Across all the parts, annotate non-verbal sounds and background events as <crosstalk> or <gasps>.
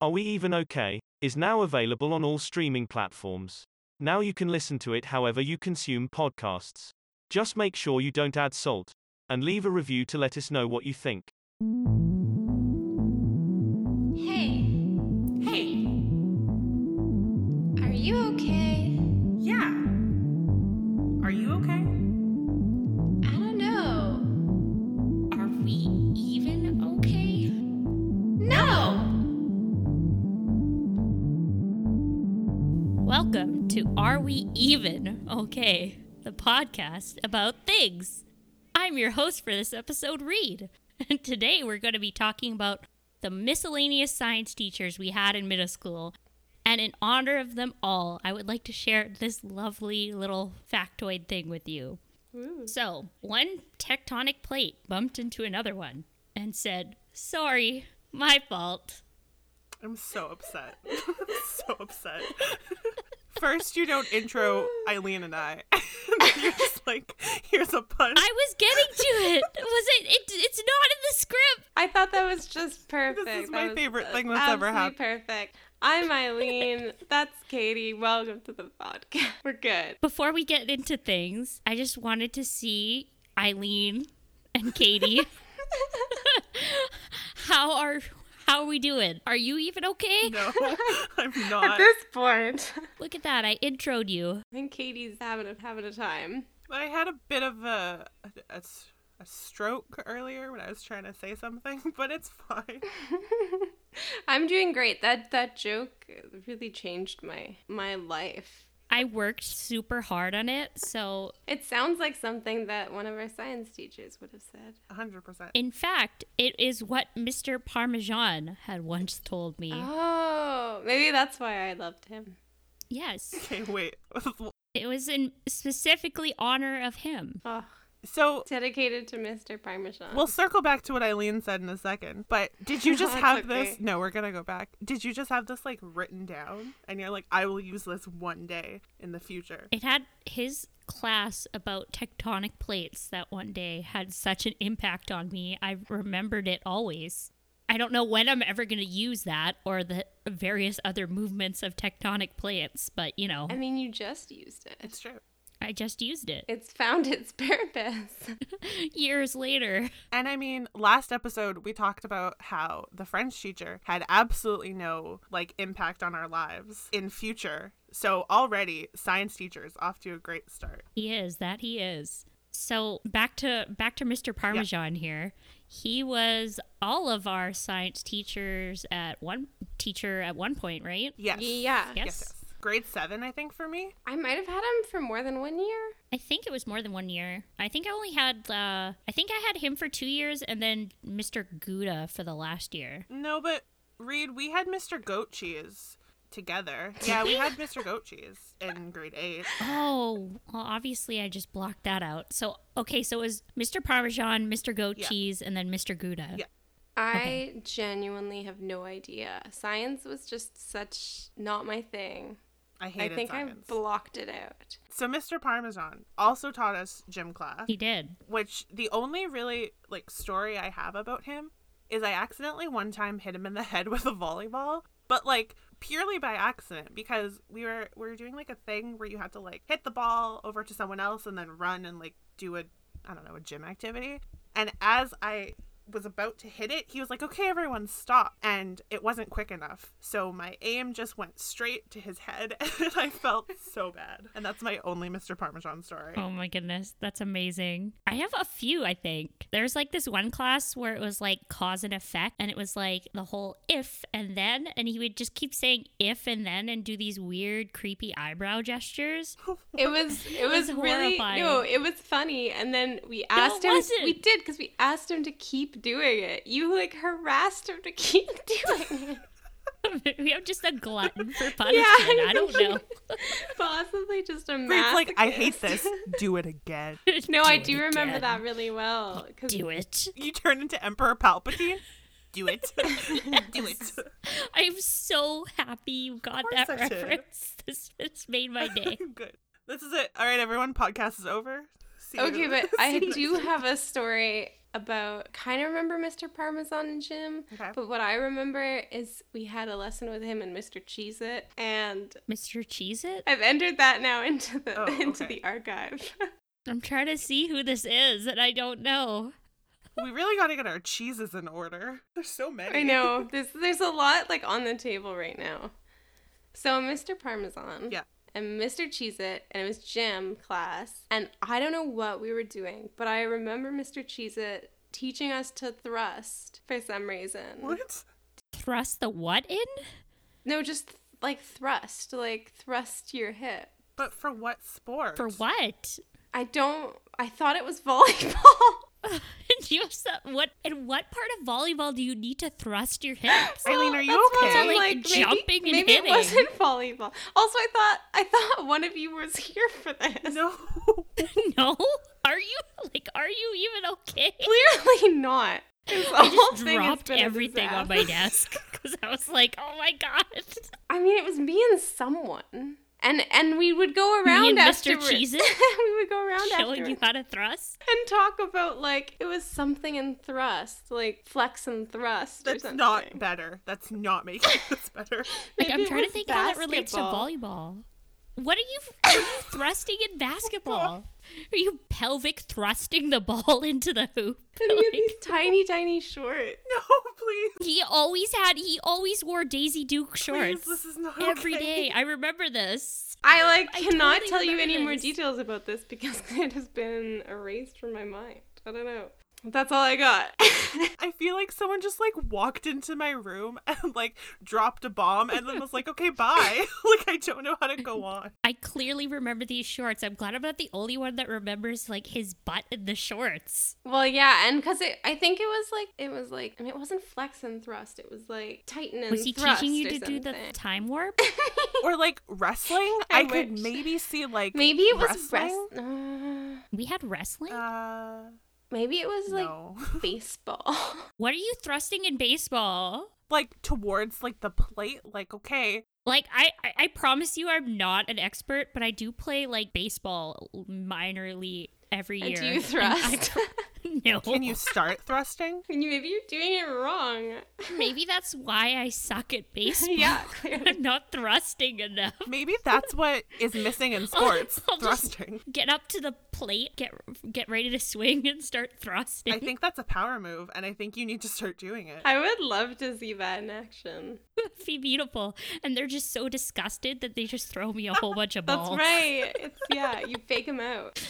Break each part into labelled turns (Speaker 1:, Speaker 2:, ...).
Speaker 1: Are We Even Okay? is now available on all streaming platforms. Now you can listen to it however you consume podcasts. Just make sure you don't add salt and leave a review to let us know what you think.
Speaker 2: Hey,
Speaker 3: Hey,
Speaker 2: are you okay?
Speaker 3: yeah. Are you okay?
Speaker 2: I don't know. Are we even okay? No!
Speaker 4: Welcome to Are We Even Okay, the podcast about things. I'm your host for this episode, Reed. <laughs> And today we're going to be talking about the miscellaneous science teachers we had in middle school. And in honor of them all, I would like to share this lovely little factoid thing with you. So, one tectonic plate bumped into another one and said, Sorry, my fault.
Speaker 3: I'm so upset. <laughs> so upset. <laughs> First, you don't intro Eileen and I. <laughs> You're just like, here's a pun.
Speaker 4: I was getting to it. Was it, it it's not in the script.
Speaker 5: I thought that was just
Speaker 3: <laughs>
Speaker 5: perfect.
Speaker 3: This is
Speaker 5: That
Speaker 3: my
Speaker 5: was
Speaker 3: favorite thing that's ever
Speaker 5: absolutely
Speaker 3: happened.
Speaker 5: Perfect.
Speaker 3: <laughs>
Speaker 5: I'm Eileen. That's Katie. Welcome to the podcast. We're good.
Speaker 4: before we get into things, I just wanted to see Eileen and Katie. <laughs> how are how are we doing? Are you even okay?
Speaker 3: <laughs> no, I'm
Speaker 5: At
Speaker 3: not.
Speaker 5: this <laughs> point,
Speaker 4: Look at that, I introed you.
Speaker 5: I think Katie's having a having a time.
Speaker 3: I had a bit of a, a, s- a stroke earlier when I was trying to say something, <laughs> but it's fine.
Speaker 5: I'm doing great. That that joke really changed my my life.
Speaker 4: I worked super hard on it, so
Speaker 5: It sounds like something that one of our science teachers would have said.
Speaker 3: 100%.
Speaker 4: in fact, it is what Mr. Parmesan had once told me.
Speaker 5: Oh, maybe that's why I loved him.
Speaker 4: Yes.
Speaker 3: Okay, wait. <laughs>
Speaker 4: It was in specifically honor of him.
Speaker 5: Oh,
Speaker 3: so
Speaker 5: dedicated to Mr. Parmesan.
Speaker 3: We'll circle back to what Eileen said in a second, but did
Speaker 5: <laughs>
Speaker 3: you just
Speaker 5: That's
Speaker 3: have
Speaker 5: okay.
Speaker 3: this? No, we're gonna go back. Did you just have this like written down and you're like, I will use this one day in the future?
Speaker 4: It had his class about tectonic plates that one day had such an impact on me. I remembered it always. I don't know when I'm ever going to use that or the various other movements of tectonic plates, but you know,
Speaker 5: I mean, you just used it.
Speaker 3: It's true.
Speaker 4: I just used it
Speaker 5: It's found its <laughs> purpose.
Speaker 4: years later.
Speaker 3: And I mean, last episode we talked about how the French teacher had absolutely no like impact on our lives in future. So already science teachers off to a great start.
Speaker 4: He is that he is. So back to back to Mr. Parmesan here. He was all of our science teachers at one teacher at one point, right?
Speaker 3: Yes.
Speaker 5: Yeah.
Speaker 4: Yes.
Speaker 3: Yes. yes. Grade seven, I think, for me.
Speaker 5: I might have had him for more than one year.
Speaker 4: I think it was more than one year. I think I only had, uh, I think I had him for two years and then Mr. Gouda for the last year.
Speaker 3: No, but Reed, we had Mr. Goat Cheese together. Yeah, we had Mr. Goat Cheese in grade eight.
Speaker 4: Oh, well, obviously I just blocked that out. So, okay, so it was Mr. Parmesan, Mr. Goat
Speaker 3: Yeah.
Speaker 4: Cheese, and then Mr. Gouda.
Speaker 3: Yeah.
Speaker 5: I genuinely have no idea. Science was just such not my thing.
Speaker 3: I hated
Speaker 5: I think
Speaker 3: science.
Speaker 5: I blocked
Speaker 3: <laughs>
Speaker 5: it out.
Speaker 3: so Mr. Parmesan also taught us gym class,
Speaker 4: He did.
Speaker 3: which the only really like story I have about him is I accidentally one time hit him in the <laughs> head with a volleyball, but like purely by accident because we were we were doing like a thing where you had to like hit the ball over to someone else and then run and like do a I don't know, a gym activity. And as I was about to hit it, he was like, okay, everyone, stop. And it wasn't quick enough. So my aim just went straight to his head, <laughs> and I felt so bad. And that's my only Mr. Parmesan story.
Speaker 4: Oh my goodness, that's amazing. I have a few, I think. There's like this one class where it was like cause and effect, and it was like the whole if and then, and he would just keep saying if and then and do these weird, creepy eyebrow gestures.
Speaker 5: It was it was
Speaker 4: was
Speaker 5: really
Speaker 4: horrifying.
Speaker 5: no, it was funny and then we asked him
Speaker 4: wasn't.
Speaker 5: we did cuz we asked him to keep doing it. You like harassed him to keep <laughs> doing
Speaker 3: <laughs>
Speaker 4: <laughs>
Speaker 5: it.
Speaker 4: we have just a glutton for punishment.
Speaker 5: I
Speaker 4: I don't know.
Speaker 5: Possibly just a
Speaker 3: Reed's
Speaker 5: mask.
Speaker 3: like, I hate this.
Speaker 5: <laughs>
Speaker 3: Do it again.
Speaker 5: No, I
Speaker 4: it
Speaker 5: do remember
Speaker 4: again.
Speaker 5: that really well cuz
Speaker 4: Do it.
Speaker 3: You turn into Emperor Palpatine. Do
Speaker 5: <laughs>
Speaker 3: it. Do <laughs> it.
Speaker 4: I'm so happy you got
Speaker 3: course
Speaker 4: that
Speaker 3: I did.
Speaker 4: reference. <laughs> This, this made my
Speaker 3: <laughs>
Speaker 4: day.
Speaker 3: Good. This is it. All right, everyone. Podcast is over. See you- <laughs>
Speaker 5: <laughs> Okay, but
Speaker 3: see
Speaker 5: I
Speaker 3: you next
Speaker 5: do have a story about kind of remember Mr. Parmesan and Jim,
Speaker 3: Okay.
Speaker 5: but what I remember is we had a lesson with him and Mr. Cheese It, and
Speaker 4: Mr. Cheese It?
Speaker 5: I've entered that now <laughs> into the
Speaker 3: Oh,
Speaker 5: into
Speaker 3: okay.
Speaker 5: the archive.
Speaker 4: I'm trying to see who this is, and I don't know.
Speaker 3: we really got to get our cheeses in order. There's so many.
Speaker 5: I know there's there's a lot like on the table right now. So Mr. Parmesan,
Speaker 3: Yeah.
Speaker 5: and Mr. Cheese It, and it was gym class, and I don't know what we were doing, but I remember Mr. Cheese It teaching us to thrust for some reason.
Speaker 3: What?
Speaker 4: Thrust the what in?
Speaker 5: No, just like thrust, like thrust your hip.
Speaker 3: But for what sport?
Speaker 4: For what? <laughs>
Speaker 5: I don't. I thought it was <laughs> volleyball.
Speaker 4: do you have some, what? In what part of volleyball do you need to thrust your hips?
Speaker 3: <gasps> Eileen,
Speaker 5: <gasps>
Speaker 3: are you
Speaker 5: That's why
Speaker 3: okay?
Speaker 5: I'm
Speaker 4: Like jumping and
Speaker 5: maybe
Speaker 4: hitting.
Speaker 5: it wasn't volleyball. Also, I thought I thought one of you was here for this.
Speaker 3: No.
Speaker 4: <laughs>
Speaker 3: <laughs>
Speaker 4: no? Are you like? Are you even okay?
Speaker 5: Clearly not. This whole
Speaker 4: Just
Speaker 5: thing has
Speaker 4: dropped
Speaker 5: been a
Speaker 4: everything on my
Speaker 5: <laughs> disaster.
Speaker 4: desk because I was like, oh my god.
Speaker 5: I mean, it was me and someone, and and we would go around
Speaker 4: and Mr.
Speaker 5: afterwards.
Speaker 4: Cheez-It?
Speaker 5: <laughs> we would go around
Speaker 4: <laughs> Showing you
Speaker 5: afterwards
Speaker 4: how to thrust.
Speaker 5: and talk about like it was something in thrust, like flex and thrust. or
Speaker 3: That's
Speaker 5: something.
Speaker 3: not better. That's not making this better. <laughs>
Speaker 4: Like
Speaker 5: Maybe
Speaker 4: I'm
Speaker 5: it
Speaker 4: trying to
Speaker 5: was
Speaker 4: think how that relates to
Speaker 5: basketball.
Speaker 4: volleyball. What are you, what are
Speaker 5: <laughs>
Speaker 4: you thrusting in basketball? Are you pelvic thrusting the ball <laughs> into the hoop?
Speaker 5: And he had
Speaker 4: Like-
Speaker 5: these tiny, tiny shorts.
Speaker 3: No, please.
Speaker 4: He always had. He always wore Daisy Duke shorts
Speaker 3: Please, this is not
Speaker 4: every
Speaker 3: okay.
Speaker 4: day. I remember this.
Speaker 5: I like
Speaker 4: I
Speaker 5: cannot
Speaker 4: totally
Speaker 5: tell you
Speaker 4: remember
Speaker 5: any more
Speaker 4: this.
Speaker 5: details about this because <laughs> it has been erased from my mind. I don't know. That's all I got. <laughs>
Speaker 3: I feel like someone just like walked into my room <laughs> and like dropped a bomb and then was like, okay, bye. <laughs> like, I don't know how to go on.
Speaker 4: I clearly remember these shorts. I'm glad I'm not the only one that remembers like his butt in the shorts.
Speaker 5: well, yeah, and because it, I think it was like it was like I mean, it wasn't flex and thrust. It was like tighten and
Speaker 4: Was he
Speaker 5: thrust
Speaker 4: teaching you
Speaker 5: or
Speaker 4: to do the
Speaker 5: something.
Speaker 4: time
Speaker 5: <laughs>
Speaker 4: warp?
Speaker 3: Or like wrestling.
Speaker 5: I
Speaker 3: I, could
Speaker 5: wish.
Speaker 3: maybe see like
Speaker 5: Maybe it was
Speaker 3: wrestling.
Speaker 5: wrest- uh,
Speaker 4: we had wrestling.
Speaker 3: Uh,
Speaker 5: Maybe it was like
Speaker 3: no.
Speaker 4: <laughs>
Speaker 5: baseball. <laughs>
Speaker 4: what are you thrusting in baseball?
Speaker 3: like towards like the plate. Like, okay,
Speaker 4: Like I, I, I promise you, I'm not an expert, but I do play like baseball minorly every
Speaker 5: and
Speaker 4: year.
Speaker 5: do you
Speaker 4: And
Speaker 5: thrust? <laughs>
Speaker 4: I- no.
Speaker 3: can you start thrusting?
Speaker 5: And you- maybe you're doing it wrong.
Speaker 4: <laughs> Maybe that's why I suck at baseball.
Speaker 5: yeah, clearly.
Speaker 4: <laughs> I'm not thrusting enough.
Speaker 3: Maybe that's what is missing in sports
Speaker 4: I'll just-
Speaker 5: <laughs>
Speaker 3: thrusting.
Speaker 4: get up to the plate, get get ready to swing and start thrusting.
Speaker 3: I think that's a power move, and I think you need to start doing it.
Speaker 5: I would love to see that in action.
Speaker 4: That'd be beautiful. And they're just so disgusted that they just throw me
Speaker 3: <laughs>
Speaker 4: a whole bunch of
Speaker 5: That's
Speaker 4: balls.
Speaker 5: <laughs> right. It's yeah, you fake them out.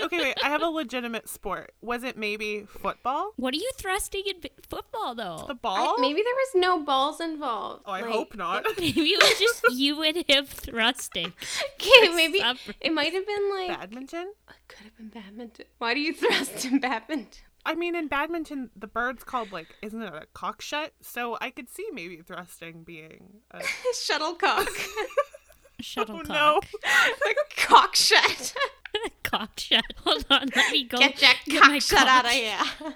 Speaker 3: Okay, wait, I
Speaker 5: <laughs>
Speaker 3: have a legitimate sport. Was it maybe football?
Speaker 4: What are you thrusting in b- football though?
Speaker 3: The
Speaker 5: I-
Speaker 3: ball?
Speaker 5: maybe there was no balls involved.
Speaker 3: Oh, I
Speaker 5: like-
Speaker 3: hope not.
Speaker 4: <laughs> Maybe it was just you and
Speaker 3: <laughs>
Speaker 4: him thrusting.
Speaker 5: <laughs> Okay, maybe
Speaker 4: some
Speaker 5: it might have been like
Speaker 3: badminton?
Speaker 5: it could have been badminton. Why do you thrust in badminton?
Speaker 3: I mean, in badminton, the bird's called like, isn't it a cockshut? So I could see maybe thrusting being. A... Oh,
Speaker 5: Shuttlecock.
Speaker 4: Shuttlecock.
Speaker 3: no.
Speaker 5: <laughs> the cock shut.
Speaker 4: <laughs> cock shut. Hold on, let me go.
Speaker 5: Get your
Speaker 4: <laughs> get my
Speaker 5: cock shut out of
Speaker 4: cock-
Speaker 5: here.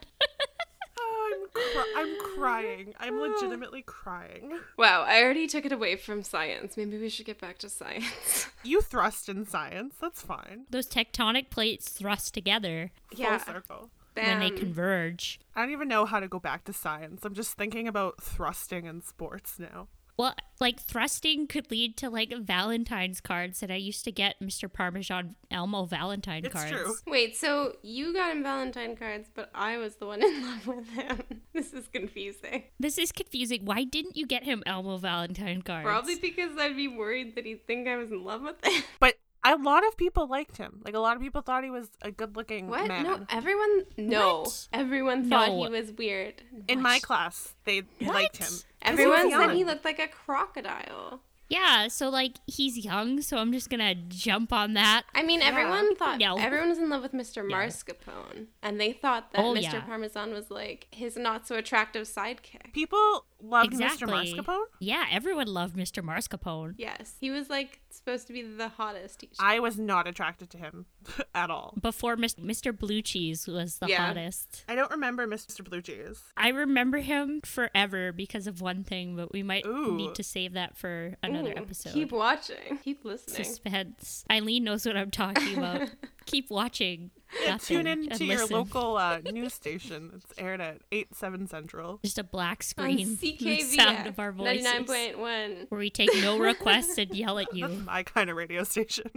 Speaker 3: Oh, I'm, cry- I'm crying. I'm legitimately crying.
Speaker 5: <laughs> Wow, I already took it away from science. Maybe we should get back to science.
Speaker 3: You thrust in science. That's fine.
Speaker 4: <laughs> Those tectonic plates thrust together
Speaker 5: Yeah.
Speaker 3: Full circle.
Speaker 4: when they
Speaker 5: Bam.
Speaker 4: converge.
Speaker 3: I don't even know how to go back to science. I'm just thinking about thrusting in sports now.
Speaker 4: Well, like thrusting could lead to like Valentine's cards that I used to get Mr. Parmesan Elmo Valentine
Speaker 3: It's
Speaker 4: cards.
Speaker 3: true.
Speaker 5: Wait, so you got him Valentine cards, but I was the one in <laughs> love with him. This is confusing.
Speaker 4: This is confusing. Why didn't you get him Elmo Valentine cards?
Speaker 5: Probably because I'd be worried that he'd think I was in love with him.
Speaker 3: But a lot of people liked him. Like a lot of people thought he was a good-looking
Speaker 5: What?
Speaker 3: man.
Speaker 5: No, everyone. No,
Speaker 4: What?
Speaker 5: everyone
Speaker 4: No.
Speaker 5: thought he was weird.
Speaker 3: in my class, they liked him.
Speaker 5: Everyone said he
Speaker 3: young.
Speaker 5: looked like a crocodile.
Speaker 4: Yeah, so like he's young, so I'm just gonna jump on that.
Speaker 5: I mean, everyone thought
Speaker 4: No.
Speaker 5: everyone was in love with Mr. Marscapone, and they thought that
Speaker 4: Oh,
Speaker 5: Mr.
Speaker 4: yeah.
Speaker 5: Parmesan was like his not so attractive sidekick.
Speaker 3: People loved
Speaker 4: exactly.
Speaker 3: Mr. Mascarpone.
Speaker 4: Yeah, everyone loved Mr. Marscapone.
Speaker 5: Yes, he was like supposed to be the hottest teacher.
Speaker 3: I was not attracted to him <laughs> at all.
Speaker 4: Before Mr. Mr. Blue Cheese was the
Speaker 5: Yeah.
Speaker 4: hottest.
Speaker 3: I don't remember Mr. Blue Cheese.
Speaker 4: I remember him forever because of one thing, but we might
Speaker 3: Ooh.
Speaker 4: need to save that for another
Speaker 5: Ooh,
Speaker 4: episode.
Speaker 5: Keep watching. Keep listening.
Speaker 4: Suspense. Eileen knows what I'm talking about. keep watching. nothing
Speaker 3: Tune in
Speaker 4: and
Speaker 3: to your
Speaker 4: listen.
Speaker 3: local
Speaker 4: <laughs>
Speaker 3: uh, news station. It's aired at 8, 7 central.
Speaker 4: Just a black
Speaker 5: on
Speaker 4: screen. <laughs> with the
Speaker 5: CKVX
Speaker 4: sound of our voices.
Speaker 5: 99.1.
Speaker 4: Where we take no requests and yell at
Speaker 3: That's <laughs>
Speaker 4: you.
Speaker 3: my kind of radio station.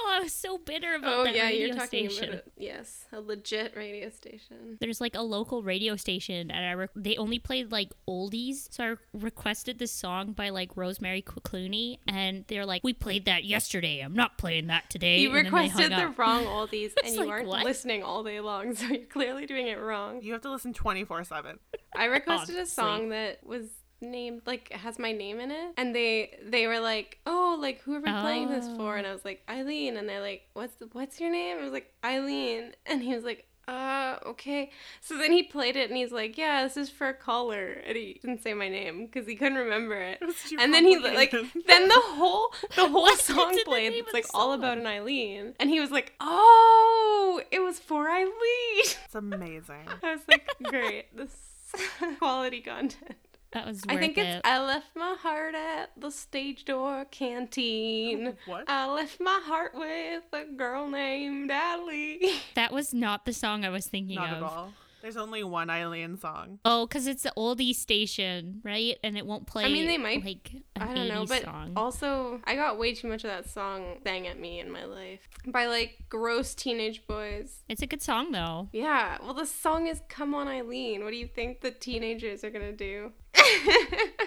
Speaker 4: Oh, I was so bitter about
Speaker 5: Oh,
Speaker 4: that
Speaker 5: yeah,
Speaker 4: radio
Speaker 5: you're talking
Speaker 4: station.
Speaker 5: about it. Yes, a legit radio station.
Speaker 4: There's like a local radio station, and I re- they only played like oldies. So I re- requested this song by like Rosemary Cl- Clooney, and they're like, "We played that yesterday. I'm not playing that today."
Speaker 5: You
Speaker 4: and then they
Speaker 5: requested
Speaker 4: hung
Speaker 5: the
Speaker 4: up. <laughs>
Speaker 5: wrong oldies and you
Speaker 4: like,
Speaker 5: aren't
Speaker 4: what?
Speaker 5: listening all day long, so you're clearly doing it wrong.
Speaker 3: You have to listen 24 7. <laughs>
Speaker 5: I requested a
Speaker 4: Obviously.
Speaker 5: song that was named like has my name in it and they they were like oh like who are we playing this for and i was like eileen and they're like what's the, what's your name i was like eileen <laughs> and he was like uh okay so then he played it and he's like yeah this is for a caller and he didn't say my name because he couldn't remember it
Speaker 3: too
Speaker 5: and then he like
Speaker 3: complicated.
Speaker 5: then the whole
Speaker 3: <laughs>
Speaker 5: the whole
Speaker 4: What?
Speaker 5: song
Speaker 4: It's in the
Speaker 5: played
Speaker 4: name
Speaker 5: it's
Speaker 4: of the
Speaker 5: like all about
Speaker 4: song.
Speaker 5: an eileen and he was like oh it was for eileen <laughs>
Speaker 3: It's amazing.
Speaker 5: I was like, great, this <laughs> is quality content.
Speaker 4: That was. Worth
Speaker 5: I think it's
Speaker 4: it.
Speaker 5: I left my heart at the stage door
Speaker 4: <gasps>
Speaker 5: canteen.
Speaker 3: What?
Speaker 5: I left my heart with a girl named Allie. <laughs>
Speaker 4: that was not the song I was thinking
Speaker 3: Not
Speaker 4: of.
Speaker 3: at all. There's only one Eileen song.
Speaker 4: Oh, because it's the oldie station, right? And it won't play.
Speaker 5: I mean, they might-
Speaker 4: Like an
Speaker 5: I don't know,
Speaker 4: 80s
Speaker 5: but
Speaker 4: song.
Speaker 5: also I got way too much of that song sang at me in my life by like gross teenage boys.
Speaker 4: it's a good song though. <laughs>
Speaker 5: Yeah, well, the song is "Come On, Eileen." What do you think the teenagers are gonna do?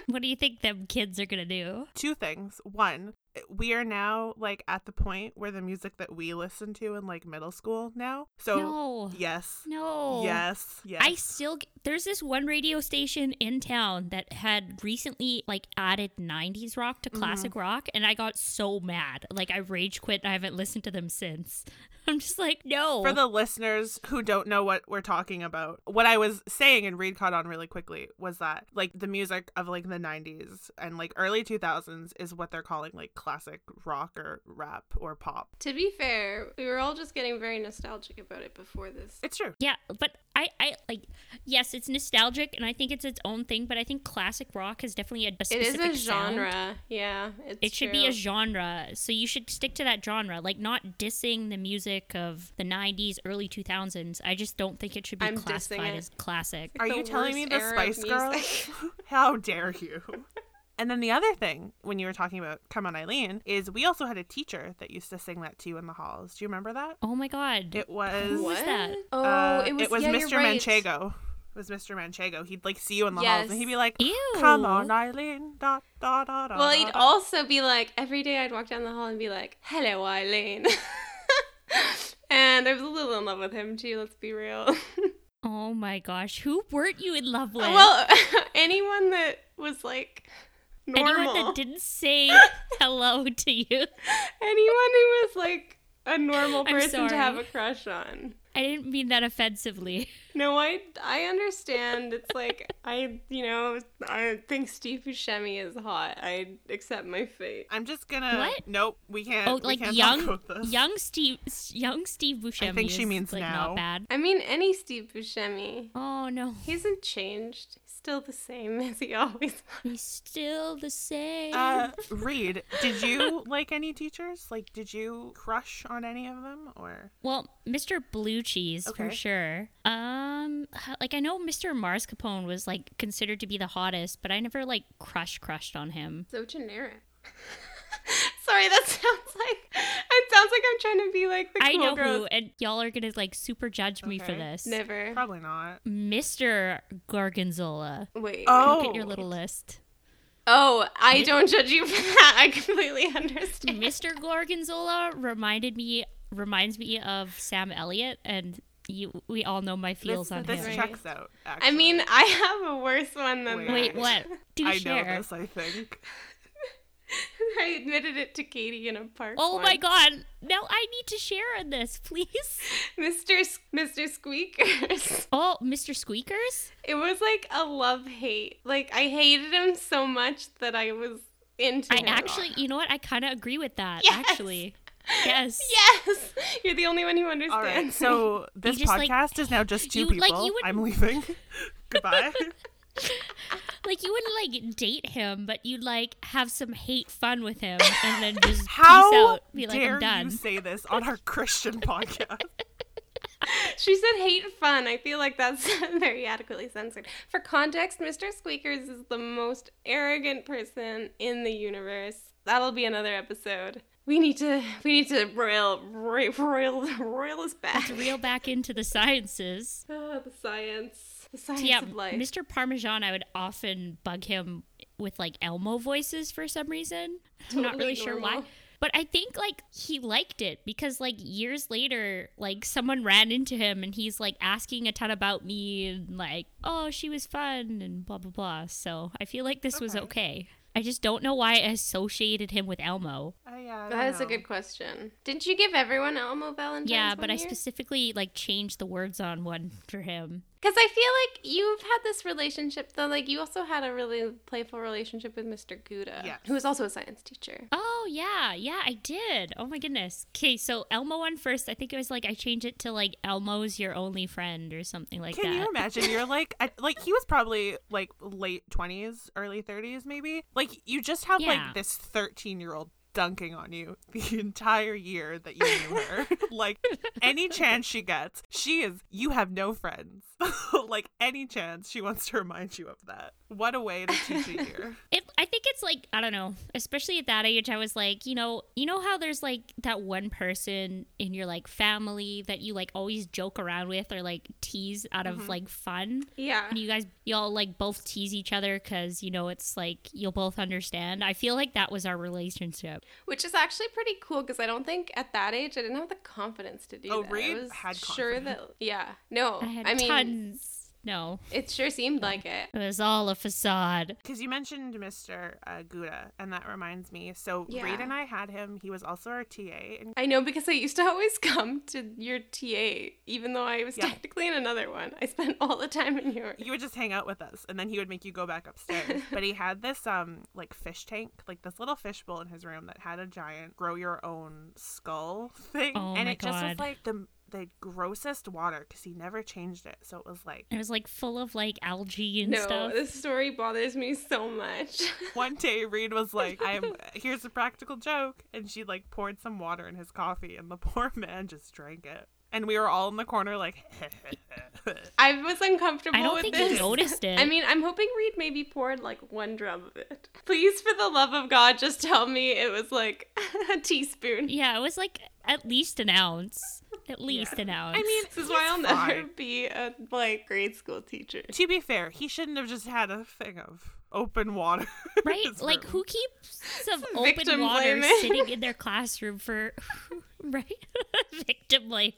Speaker 4: What do you think them kids are gonna do?
Speaker 3: Two things. One, we are now like at the point where the music that we listened to in like middle school now. So,
Speaker 4: No.
Speaker 3: yes.
Speaker 4: No.
Speaker 3: Yes. Yes.
Speaker 4: I still g- there's this one radio station in town that had recently like added 90s rock to
Speaker 5: Mm-hmm.
Speaker 4: classic rock and I got so mad. Like I rage quit. and I haven't listened to them since. <laughs> I'm just like, no.
Speaker 3: For the listeners who don't know what we're talking about, what I was saying and Reed caught on really quickly was that like the music of like the 90s and like early 2000s is what they're calling like classic rock or rap or pop.
Speaker 5: To be fair, we were all just getting very nostalgic about it before this.
Speaker 3: It's true.
Speaker 4: yeah, but I, I like yes, it's nostalgic and I think it's its own thing, but I think classic rock is definitely a, a
Speaker 5: It is
Speaker 4: specific
Speaker 5: a
Speaker 4: sound.
Speaker 5: genre. Yeah, it's
Speaker 4: It should be a
Speaker 5: true.
Speaker 4: genre. So you should stick to that genre. Like not dissing the music of the 90s, early 2000s. I just don't think it should be
Speaker 5: I'm dissing
Speaker 4: classified
Speaker 5: it.
Speaker 4: as classic.
Speaker 3: Are
Speaker 5: the
Speaker 3: you telling me
Speaker 5: worst
Speaker 3: the
Speaker 5: era of
Speaker 3: Spice Girls? <laughs>
Speaker 5: music. <laughs>
Speaker 3: How dare you? And then the other thing, when you were talking about Come On Eileen, is we also had a teacher that used to sing that to you in the halls. Do you remember that?
Speaker 4: Oh my god.
Speaker 3: It was
Speaker 4: Who was that?
Speaker 5: Oh,
Speaker 3: uh,
Speaker 5: it was, yeah, you're
Speaker 3: Mr.
Speaker 5: right.
Speaker 3: Manchego. It was Mr. Manchego. He'd like see you in the halls and he'd be
Speaker 5: Yes.
Speaker 3: like,
Speaker 4: Ew.
Speaker 3: "Come on, Eileen." Da, da, da, da,
Speaker 5: Well,
Speaker 3: da,
Speaker 5: he'd
Speaker 3: da."
Speaker 5: also be like every day I'd walk down the hall and be like, "Hello, Eileen," <laughs> and I was a little in love with him too. Let's be real. <laughs>
Speaker 4: Oh my gosh. Who weren't you in love with?
Speaker 5: well, <laughs> anyone that was like normal,
Speaker 4: Anyone that didn't say
Speaker 3: <laughs>
Speaker 4: hello to you.
Speaker 5: <laughs> Anyone who was like a normal
Speaker 4: I'm
Speaker 5: person to have a
Speaker 4: sorry.
Speaker 5: crush on.
Speaker 4: I didn't mean that offensively.
Speaker 5: No, I I understand. It's like <laughs> I, you know, I think Steve Buscemi is hot. I accept my fate.
Speaker 3: I'm just gonna.
Speaker 4: What?
Speaker 3: Nope, we can't.
Speaker 4: Oh,
Speaker 3: we
Speaker 4: like
Speaker 3: can't
Speaker 4: young,
Speaker 3: talk about this.
Speaker 4: young Steve, young Steve Buscemi.
Speaker 3: think she
Speaker 4: is,
Speaker 3: means
Speaker 4: like,
Speaker 3: now.
Speaker 4: Not bad.
Speaker 5: I mean, any Steve Buscemi.
Speaker 4: Oh no,
Speaker 5: He hasn't changed. He's still the same <laughs> as he always was.
Speaker 4: he's still the
Speaker 3: <laughs>
Speaker 4: same.
Speaker 3: Uh, Reed, did
Speaker 4: <laughs>
Speaker 3: you like any teachers? Like, did you crush on any of them? Or
Speaker 4: Well, Mr. Blue Cheese for
Speaker 3: Okay.
Speaker 4: sure. Um, like I know Mr. Mars Capone was like considered to be the hottest, but I never like crush crushed on him.
Speaker 5: So generic. <laughs> Sorry, that sounds like it sounds like I'm trying to be like the cool
Speaker 4: I know
Speaker 5: girls.
Speaker 4: who, and y'all are gonna like super judge me for
Speaker 3: Okay.
Speaker 4: this.
Speaker 5: Never.
Speaker 3: probably not.
Speaker 4: Mr. Gargonzola.
Speaker 5: Wait.
Speaker 3: Oh.
Speaker 4: Look at your little list.
Speaker 5: Oh, I don't judge you <laughs> for that. I completely understand.
Speaker 4: Mr. Gorgonzola reminded me reminds me of Sam Elliott, and you, we all know my feels
Speaker 3: this
Speaker 4: on
Speaker 3: this
Speaker 4: him.
Speaker 5: right.
Speaker 3: checks out. Actually.
Speaker 5: I mean, I have a worse one than that.
Speaker 4: Wait, what? Do
Speaker 3: I
Speaker 4: share.
Speaker 3: know this. I think.
Speaker 5: <laughs>
Speaker 4: <laughs>
Speaker 5: I admitted it to Katie in a park.
Speaker 4: Oh my
Speaker 5: once.
Speaker 4: god! Now I need to share on this, please.
Speaker 3: <laughs>
Speaker 5: Mr. S- Mr. Squeakers. <laughs>
Speaker 4: Oh, Mr. Squeakers.
Speaker 5: It was like a love hate. Like I hated him so much that I was into
Speaker 4: I
Speaker 5: him.
Speaker 4: actually, you know what? I kind of agree with that.
Speaker 5: Yes.
Speaker 4: Actually, yes.
Speaker 5: Yes. <laughs> You're the only one who understands.
Speaker 3: All right.
Speaker 5: me.
Speaker 3: So this
Speaker 4: just, like-
Speaker 3: podcast is now just two
Speaker 4: <laughs> you would,
Speaker 3: people.
Speaker 4: like, you would-
Speaker 3: I'm leaving. Goodbye.
Speaker 4: like you wouldn't like date him, but you'd like have some hate fun with him and then just peace
Speaker 3: How
Speaker 4: out. Be like,
Speaker 3: dare
Speaker 4: I'm done.
Speaker 3: you say this on our <laughs> Christian podcast?
Speaker 5: <laughs> She said hate fun. I feel like that's <laughs> very adequately censored. For context, Mr. Squeakers is the most arrogant person in the universe. That'll be another episode. We need to we need to royal royal royal royal us back.
Speaker 4: to
Speaker 5: <laughs>
Speaker 4: reel back into the sciences.
Speaker 5: Oh, the science. The <laughs> science
Speaker 4: So yeah,
Speaker 5: of life.
Speaker 4: Mr. Parmesan, I would often bug him with like Elmo voices for some reason. I'm not
Speaker 5: Totally
Speaker 4: really sure why.
Speaker 5: normal.
Speaker 4: But I think like he liked it because like years later, like someone ran into him and he's like asking a ton about me and like, oh, she was fun and blah blah blah. So I feel like this was
Speaker 3: Okay.
Speaker 4: okay. I just don't know why I associated him with Elmo.
Speaker 3: Uh, yeah, <laughs> I
Speaker 5: That
Speaker 3: don't
Speaker 5: is a
Speaker 3: know.
Speaker 5: good question. Didn't you give everyone Elmo Valentine's?
Speaker 4: yeah, but I
Speaker 5: specifically.
Speaker 4: specifically like changed the words on one for him.
Speaker 5: Because I feel like you've had this relationship, though. Like, you also had a really playful relationship with Mr. Gouda,
Speaker 3: Yes.
Speaker 5: who is also a science teacher.
Speaker 4: Oh yeah, yeah, I did. Oh my goodness. Okay, so Elmo on first. I think it was like I changed it to like Elmo's your only friend or something like
Speaker 3: Can
Speaker 4: that.
Speaker 3: you imagine?
Speaker 4: <laughs>
Speaker 3: You're like, I, like he was probably like late twenties, early thirties, maybe. Like you just have
Speaker 4: Yeah.
Speaker 3: like this thirteen year old dunking on you <laughs> the entire year that you knew
Speaker 4: <laughs>
Speaker 3: her. like any chance she gets, she is. You have no friends. <laughs> like any chance she wants to remind you of that. What a way to teach a year.
Speaker 4: It, I think it's like I don't know. Especially at that age, I was like, you know, you know how there's like that one person in your like family that you like always joke around with or like tease out of like fun.
Speaker 5: Yeah.
Speaker 4: And you guys, y'all like both tease each other because you know it's like you'll both understand. I feel like that was our relationship.
Speaker 5: Which is actually pretty cool because I don't think at that age I didn't have the confidence to do
Speaker 3: Oh,
Speaker 5: that.
Speaker 3: Reed
Speaker 5: I was
Speaker 3: had
Speaker 5: sure that. Yeah. No.
Speaker 4: I had
Speaker 5: Oh, mean,
Speaker 4: tons. No,
Speaker 5: it sure seemed like it.
Speaker 4: it was all a facade.
Speaker 3: Because you mentioned Mr. Uh, Gouda, and that reminds me. So
Speaker 5: Yeah.
Speaker 3: Reed and I had him. He was also our TA in
Speaker 5: I know because I used to <laughs> always come to your TA, even though I was
Speaker 3: Yeah.
Speaker 5: technically in another one. I spent all the time in yours.
Speaker 3: you would just hang out with us and then he would make you go back
Speaker 4: <laughs>
Speaker 3: upstairs but he had this um like fish tank like this little fish bowl in his room that had a giant grow your own skull thing
Speaker 4: Oh
Speaker 3: and
Speaker 4: my
Speaker 3: it just was
Speaker 4: God.
Speaker 3: like the the grossest water because he never changed it so it was like
Speaker 4: It was like full of like algae and
Speaker 5: no,
Speaker 4: stuff.
Speaker 5: this story bothers me so much. <laughs>
Speaker 3: one day reed was like i'm here's a practical joke and she like poured some water in his coffee and the <laughs> poor man just drank it and we were all in the corner like <laughs>
Speaker 5: I was uncomfortable
Speaker 4: I don't
Speaker 5: with
Speaker 4: think
Speaker 5: this.
Speaker 4: he noticed it.
Speaker 5: <laughs> I mean, I'm hoping Reed maybe poured like one drum of it. Please, for the love of God, just tell me it was like <laughs> a teaspoon.
Speaker 4: yeah, it was like at least an ounce. At least an ounce.
Speaker 3: i mean
Speaker 5: This is why I'll
Speaker 3: he's
Speaker 5: never
Speaker 3: fine.
Speaker 5: <laughs> be a like grade school teacher.
Speaker 3: to be fair he shouldn't have just had a thing of open water <laughs> in
Speaker 4: right?
Speaker 3: his
Speaker 4: Like
Speaker 3: room.
Speaker 4: who keeps some
Speaker 5: Some
Speaker 4: open
Speaker 5: victim
Speaker 4: water
Speaker 5: blaming. <laughs>
Speaker 4: sitting in their classroom for <laughs> right? <laughs> victim blame.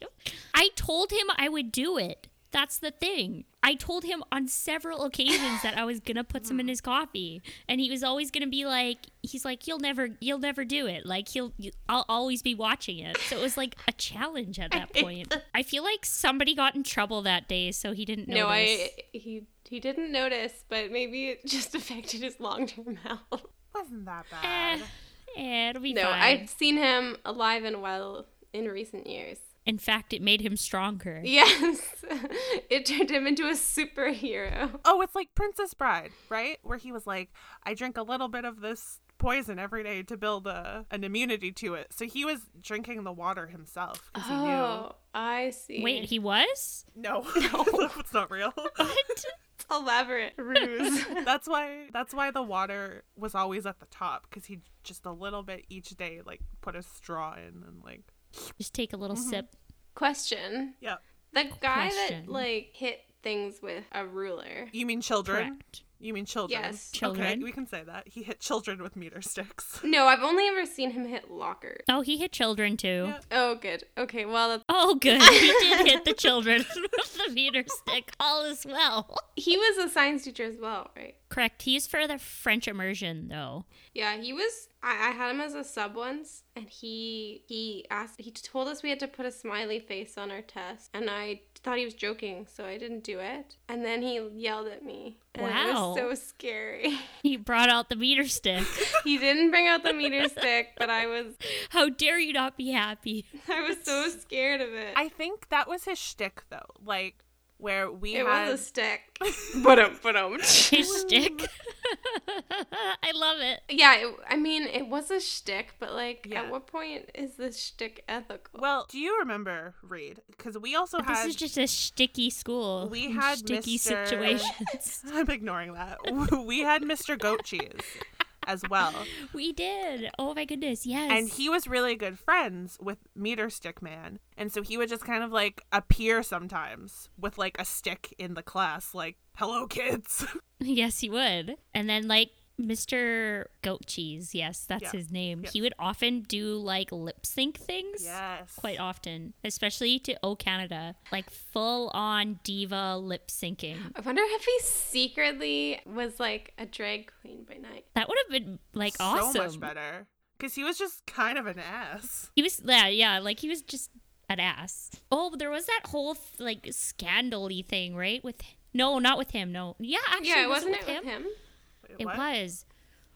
Speaker 4: I told him I would do it. That's the thing. I told him on several occasions that I was gonna put
Speaker 5: Hmm.
Speaker 4: some in his coffee, and he was always gonna be like, "He's like, you'll never, you'll never do it. Like, he'll, you, I'll always be watching it." So it was like a challenge at
Speaker 5: <laughs>
Speaker 4: that point. I feel like somebody got in trouble that day, so he didn't know.
Speaker 5: No, I he he didn't notice, but maybe it just <laughs> affected his long term <laughs> health.
Speaker 3: wasn't that
Speaker 4: Eh,
Speaker 3: bad
Speaker 4: eh, it'll be
Speaker 5: No,
Speaker 4: fine.
Speaker 5: I've seen him alive and well in recent years. <laughs>
Speaker 4: In fact, it made him stronger.
Speaker 5: Yes, <laughs> it turned him into a superhero.
Speaker 3: Oh, it's like Princess Bride, right? Where he was like, I drink a little bit of this poison every day to build a, an immunity to it. So he was drinking the water himself because he knew.
Speaker 5: Oh, I see.
Speaker 4: Wait, he was?
Speaker 3: <laughs> No, <laughs> no, it's not real.
Speaker 4: What? <laughs>
Speaker 5: elaborate ruse.
Speaker 3: that's why. That's why the water was always at the top because he just a little bit each day, like put a straw in and like,
Speaker 4: Just take a little
Speaker 3: Mm-hmm.
Speaker 4: sip.
Speaker 5: Question.
Speaker 3: yeah.
Speaker 5: The guy
Speaker 4: Question.
Speaker 5: that like hit things with a ruler.
Speaker 3: You mean children?
Speaker 4: Correct.
Speaker 3: You mean children?
Speaker 5: Yes.
Speaker 4: Children.
Speaker 3: Okay, we can say that he hit children with meter sticks. <laughs>
Speaker 5: No, I've only ever seen him hit lockers.
Speaker 4: Oh, he hit children too.
Speaker 3: Yeah.
Speaker 5: Oh, good. Okay, well, that's-
Speaker 4: Oh, good. He
Speaker 3: <laughs>
Speaker 4: did hit the children <laughs> with the meter stick. All is well.
Speaker 5: he was a science teacher as well, right?
Speaker 4: Correct. He's for the French immersion, though.
Speaker 5: Yeah, he was. I, I had him as a sub once, and he he asked. He told us we had to put a smiley face on our test, and I thought he was joking, so I didn't do it. And then he yelled at me. And It
Speaker 4: Wow.
Speaker 5: was so scary. <laughs>
Speaker 4: He brought out the
Speaker 3: <laughs>
Speaker 4: meter stick.
Speaker 5: he didn't bring out the meter stick, but I was
Speaker 4: How dare you not be happy?
Speaker 5: I was so scared of it.
Speaker 3: I think that was his shtick, though. Like where we
Speaker 5: It
Speaker 3: had
Speaker 5: was a <laughs> stick. but um, but um.
Speaker 3: <laughs>
Speaker 4: A stick. <laughs> I love it.
Speaker 5: Yeah, it, I mean, it was a shtick, but like,
Speaker 3: Yeah.
Speaker 5: at what point is this shtick ethical?
Speaker 3: well, do you remember Reed? Because we also
Speaker 4: This
Speaker 3: had
Speaker 4: is just a sticky school.
Speaker 3: We
Speaker 4: and
Speaker 3: had
Speaker 4: sticky
Speaker 3: Mr.
Speaker 4: situations.
Speaker 3: <laughs>
Speaker 4: <laughs>
Speaker 3: I'm ignoring that. <laughs> We had Mr. Goat Cheese as well.
Speaker 4: we did. Oh my goodness, yes.
Speaker 3: And he was really good friends with Meter Stick Man. And so he would just kind of like appear sometimes with like a stick in the class, like, hello, kids. <laughs>
Speaker 4: <laughs> Yes, he would. And then like Mr. Goat Cheese, yes, that's
Speaker 3: Yeah.
Speaker 4: his name.
Speaker 3: Yeah.
Speaker 4: He would often do like lip sync things.
Speaker 3: Yes.
Speaker 4: Quite often, especially to O Canada, like full on diva lip syncing.
Speaker 5: I wonder if he secretly was like a drag queen by night.
Speaker 4: That would have been like awesome.
Speaker 3: So much better. Because he was just kind of an ass.
Speaker 4: He was, yeah, yeah, like he was just an ass. Oh, but there was that whole like scandally thing, right? With no, not with him. No, yeah, actually,
Speaker 5: yeah,
Speaker 4: was
Speaker 5: wasn't
Speaker 4: with
Speaker 5: it with him?
Speaker 4: It
Speaker 3: What?
Speaker 4: was.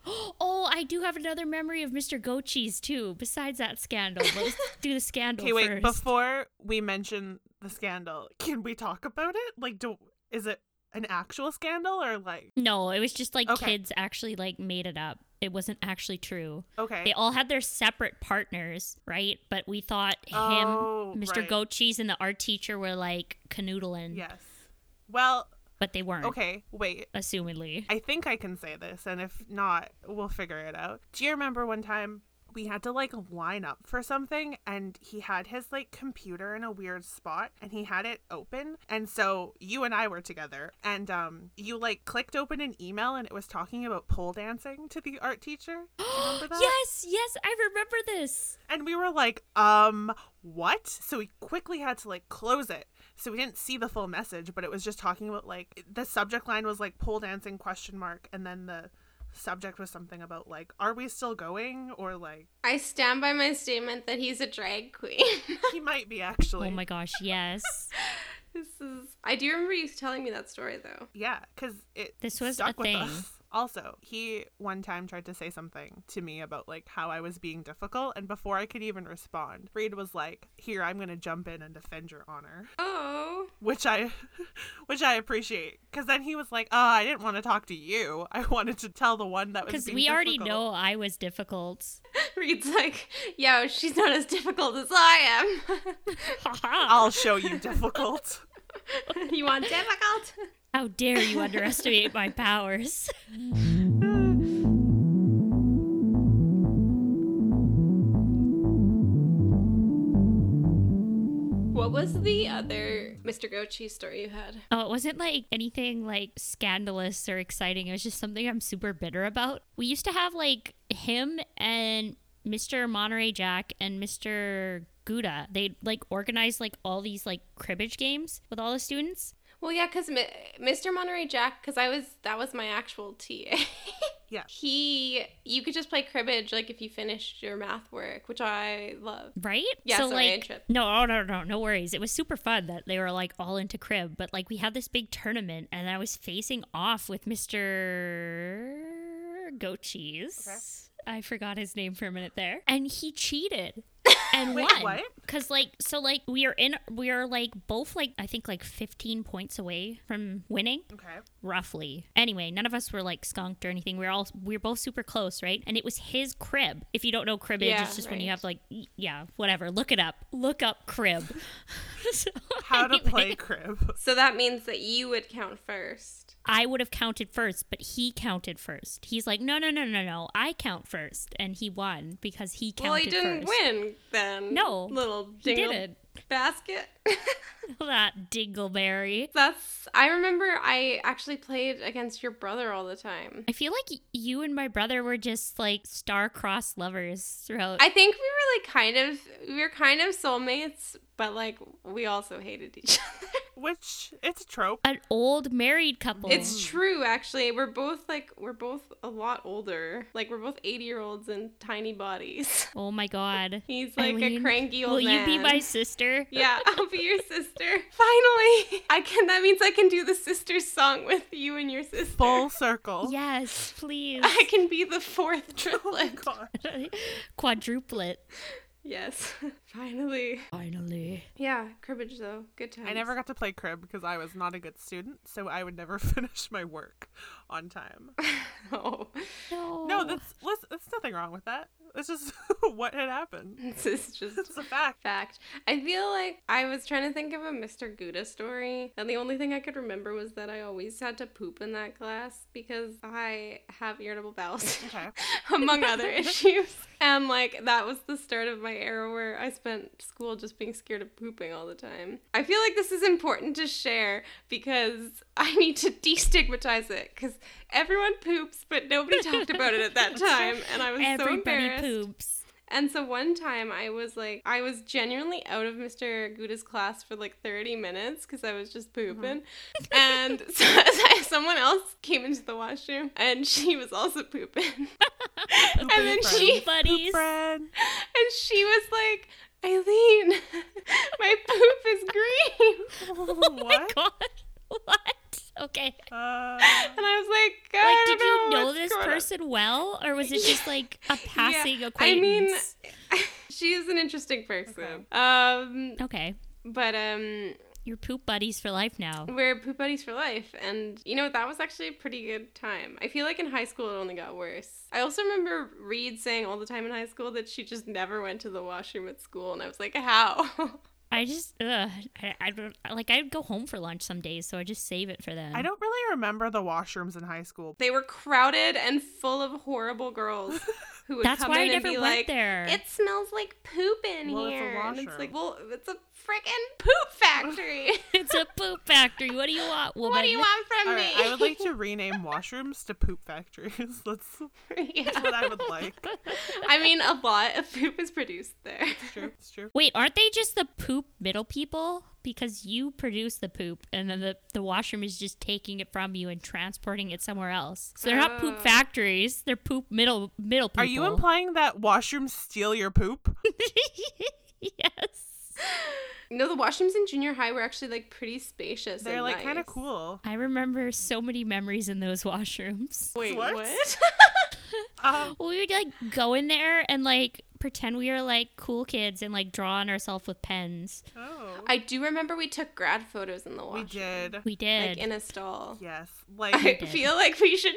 Speaker 4: <gasps> Oh, I do have another memory of Mr. Goat Cheese too. Besides that scandal,
Speaker 3: <laughs>
Speaker 4: let's do the scandal
Speaker 3: Okay, wait.
Speaker 4: first.
Speaker 3: Before we mention the scandal, can we talk about it? Like, do is it an actual scandal or like
Speaker 4: no, it was just like
Speaker 3: Okay.
Speaker 4: kids actually like made it up. It wasn't actually true.
Speaker 3: okay?
Speaker 4: They all had their separate partners, right? But we thought him,
Speaker 3: Oh,
Speaker 4: Mr.
Speaker 3: right.
Speaker 4: Goat Cheese, and the art teacher were like canoodling,
Speaker 3: yes. Well,
Speaker 4: but they weren't.
Speaker 3: okay. Wait.
Speaker 4: Assumedly.
Speaker 3: I think I can say this, and if not, we'll figure it out. Do you remember one time we had to like line up for something, and he had his like computer in a weird spot, and he had it open, and so you and I were together, and um, you like clicked open an email, and it was talking about pole dancing to the art teacher. Do you remember that?
Speaker 4: Yes, yes, I remember this.
Speaker 3: And we were like, um, what? So we quickly had to like close it. So we didn't see the full message, but it was just talking about like the subject line was like pole dancing question mark and then the subject was something about like are we still going or like
Speaker 5: I stand by my statement that he's a drag queen. <laughs>
Speaker 3: he might be actually.
Speaker 4: <laughs> Oh my gosh,
Speaker 3: <laughs>
Speaker 4: yes.
Speaker 5: this is. I do remember you telling me that story though.
Speaker 3: Yeah, because it
Speaker 4: This was
Speaker 3: stuck
Speaker 4: a
Speaker 3: with
Speaker 4: thing.
Speaker 3: us. Also, he one time tried to say something to me about like how I was being difficult, and before I could even respond, Reed was like, "Here, I'm gonna jump in and defend your honor."
Speaker 5: Oh,
Speaker 3: which I <laughs> which I appreciate cuz then he was like, "Oh, I didn't want to talk to you. I <laughs> wanted to tell the one that was
Speaker 4: Because
Speaker 3: being
Speaker 4: we already
Speaker 3: difficult."
Speaker 4: know I was difficult.
Speaker 5: <laughs>
Speaker 4: <laughs>
Speaker 5: Reed's like, yo, she's not as difficult as I
Speaker 3: I'll show you <laughs> difficult.
Speaker 5: am. <laughs> you <laughs> want difficult?
Speaker 4: How dare you underestimate my powers? <laughs>
Speaker 5: What was the other Mr. Goat Cheese story you had?
Speaker 4: Oh, it wasn't like anything like scandalous or exciting. It was just something I'm super bitter about. We used to have like him and Mr. Monterey Jack and Mr. Gouda. They like organized like all these like cribbage games with all the students.
Speaker 5: Well, yeah, because Mi- Mr. Monterey Jack, because I was that was my actual <laughs> TA.
Speaker 3: Yeah.
Speaker 5: He, you could just play cribbage like if you finished your math work, which I love.
Speaker 4: Right?
Speaker 5: Yeah,
Speaker 4: so
Speaker 5: sorry, I
Speaker 4: like
Speaker 5: tripped.
Speaker 4: no, oh, no, no, no worries. It was super fun that they were like all into crib, but like we had this big tournament and I was facing off with Mr. Goat Cheese. I forgot his name for a minute there, and he
Speaker 5: <laughs>
Speaker 4: cheated and
Speaker 3: Wait,
Speaker 4: won.
Speaker 3: what?
Speaker 4: Cause like so like we are in we are like both like I think like 15 points away from winning
Speaker 3: Okay.
Speaker 4: roughly. Anyway, none of us were like skunked or anything. We were all we were both super close, right? And it was his crib. If you don't know cribbage,
Speaker 5: Yeah,
Speaker 4: it's just when you
Speaker 5: right.
Speaker 4: have like y- yeah, whatever. Look it up. Look up
Speaker 5: <laughs>
Speaker 4: crib. <laughs> So,
Speaker 3: How to
Speaker 4: anyway,
Speaker 3: play crib. <laughs>
Speaker 5: So that means that you would count first.
Speaker 4: I would have counted first, but he counted first. He's like, no, no, no, no, no. I count first, and he won because he counted
Speaker 5: well, he didn't
Speaker 4: first.
Speaker 5: win then.
Speaker 4: No,
Speaker 5: little
Speaker 4: He
Speaker 5: dingle
Speaker 4: didn't. <laughs>
Speaker 5: basket. <laughs>
Speaker 4: That dingleberry.
Speaker 5: That's. I remember I actually played against your brother all the time.
Speaker 4: I feel like y- you and my brother were just like star-crossed lovers throughout.
Speaker 5: I think we were like kind of we were kind of soulmates, but like we also hated each other.
Speaker 3: Which it's a trope.
Speaker 4: an old married couple.
Speaker 5: It's true, actually. We're both like we're both a lot older. Like we're both eighty year olds and tiny bodies. <laughs>
Speaker 4: oh my god.
Speaker 5: He's <laughs> like a
Speaker 4: Eileen,
Speaker 5: cranky old
Speaker 4: Will you be
Speaker 5: man.
Speaker 4: my
Speaker 5: <laughs>
Speaker 4: sister?
Speaker 5: yeah, I'll
Speaker 4: <laughs>
Speaker 5: be your sister. Finally, I can. That means I can do the sister song with you and your
Speaker 4: <laughs>
Speaker 5: sister. <laughs>
Speaker 3: Full circle.
Speaker 4: Yes, please. <laughs> Oh
Speaker 5: I can be the fourth triplet.
Speaker 3: God.
Speaker 4: Quadruplet.
Speaker 5: Yes. <laughs> Finally.
Speaker 4: Finally.
Speaker 5: Yeah, cribbage though. Good times. <laughs>
Speaker 3: I never got to play crib because I was not a good student, so I would never <laughs> finish my work on time.
Speaker 5: oh, <laughs>
Speaker 4: No.
Speaker 3: No, that's let's, that's nothing wrong with that. It's just <laughs> what had happened.
Speaker 5: this is just
Speaker 3: It's a fact.
Speaker 5: fact. I feel like I was trying to think of a Mr. Gouda story, and the only thing I could remember was that I always had to poop in that class because I have irritable bowel syndrome, <laughs> among other issues. And like that was the start of my era where I spent school just being scared of pooping all the time. I feel like this is important to share because <laughs> I need to destigmatize it because everyone poops, but nobody talked about it at that time, and I was so
Speaker 4: Everybody
Speaker 5: embarrassed.
Speaker 4: poops.
Speaker 5: And so one time I was like, I was genuinely out of Mr. Gouda's class for like 30 minutes because I was just
Speaker 4: Uh-huh.
Speaker 5: pooping. and <laughs> so, so someone else came into the washroom and she was also pooping. <laughs> and then she
Speaker 4: buddies. <laughs>
Speaker 3: Friend.
Speaker 5: and she was like, Eileen, <laughs> my poop is green.
Speaker 4: Oh
Speaker 3: what?
Speaker 4: God. What? Okay.
Speaker 3: Uh,
Speaker 5: And I was like, God,
Speaker 4: Like,
Speaker 5: I
Speaker 4: did you
Speaker 5: don't
Speaker 4: know
Speaker 5: what's
Speaker 4: this
Speaker 5: going on."
Speaker 4: person well, or
Speaker 5: <laughs>
Speaker 4: was it just like a
Speaker 5: Yeah,
Speaker 4: passing
Speaker 5: I mean,
Speaker 4: acquaintance?
Speaker 5: <laughs> she is an interesting person. Um,
Speaker 4: okay.
Speaker 5: but um,
Speaker 4: You're poop buddies for life now.
Speaker 5: We're poop buddies for life, and you know that was actually a pretty good time. I feel like in high school it only got worse. I also remember Reed saying all the time in high school that she just never went to the washroom at school, and I was like, how? <laughs>
Speaker 4: I just, ugh, I, I don't like. I'd go home for lunch some days, so I just save it for them.
Speaker 3: I don't really remember the washrooms in high school.
Speaker 5: they were crowded and full of
Speaker 4: <laughs>
Speaker 5: horrible girls who would
Speaker 4: That's
Speaker 5: come
Speaker 4: why I
Speaker 5: in and
Speaker 4: never
Speaker 5: be
Speaker 4: went
Speaker 5: like,
Speaker 4: there.
Speaker 5: "It smells like poop in
Speaker 3: Well, it's a
Speaker 5: here," and it's
Speaker 3: washroom.
Speaker 5: like, "Well, it's a freaking poop factory.
Speaker 4: <laughs>
Speaker 5: <laughs>
Speaker 4: it's a poop factory. What do you want, woman?
Speaker 5: what do you want from
Speaker 3: All
Speaker 5: me?"
Speaker 3: right, I would like to rename washrooms to poop factories. <laughs> That's
Speaker 5: <laughs> yeah.
Speaker 3: what I would like.
Speaker 5: I mean, a lot of poop is produced
Speaker 3: <laughs>
Speaker 5: there.
Speaker 3: It's true. It's true.
Speaker 4: Wait, aren't they just the poop middle people? Because you produce the poop, and then the, the washroom is just taking it from you and transporting it somewhere else. So they're not poop
Speaker 5: Oh.
Speaker 4: factories; they're poop middle middle people.
Speaker 3: Are you implying that washrooms steal your poop?
Speaker 4: <laughs> yes,
Speaker 5: No, the washrooms in junior high were actually like pretty spacious.
Speaker 3: They're
Speaker 5: and
Speaker 3: like kind of
Speaker 5: nice.
Speaker 3: cool.
Speaker 4: I remember so many memories in those <laughs> washrooms.
Speaker 5: Wait,
Speaker 3: What?
Speaker 5: what?
Speaker 3: Um,
Speaker 4: We would like go in there and like pretend we were like cool kids and like draw on ourselves with pens.
Speaker 3: oh,
Speaker 5: I do remember we took grad photos in the washroom.
Speaker 3: we did.
Speaker 4: <laughs> We did.
Speaker 5: Like in a stall.
Speaker 3: Yes,
Speaker 5: <laughs> I
Speaker 3: like
Speaker 4: did.
Speaker 5: feel like we should.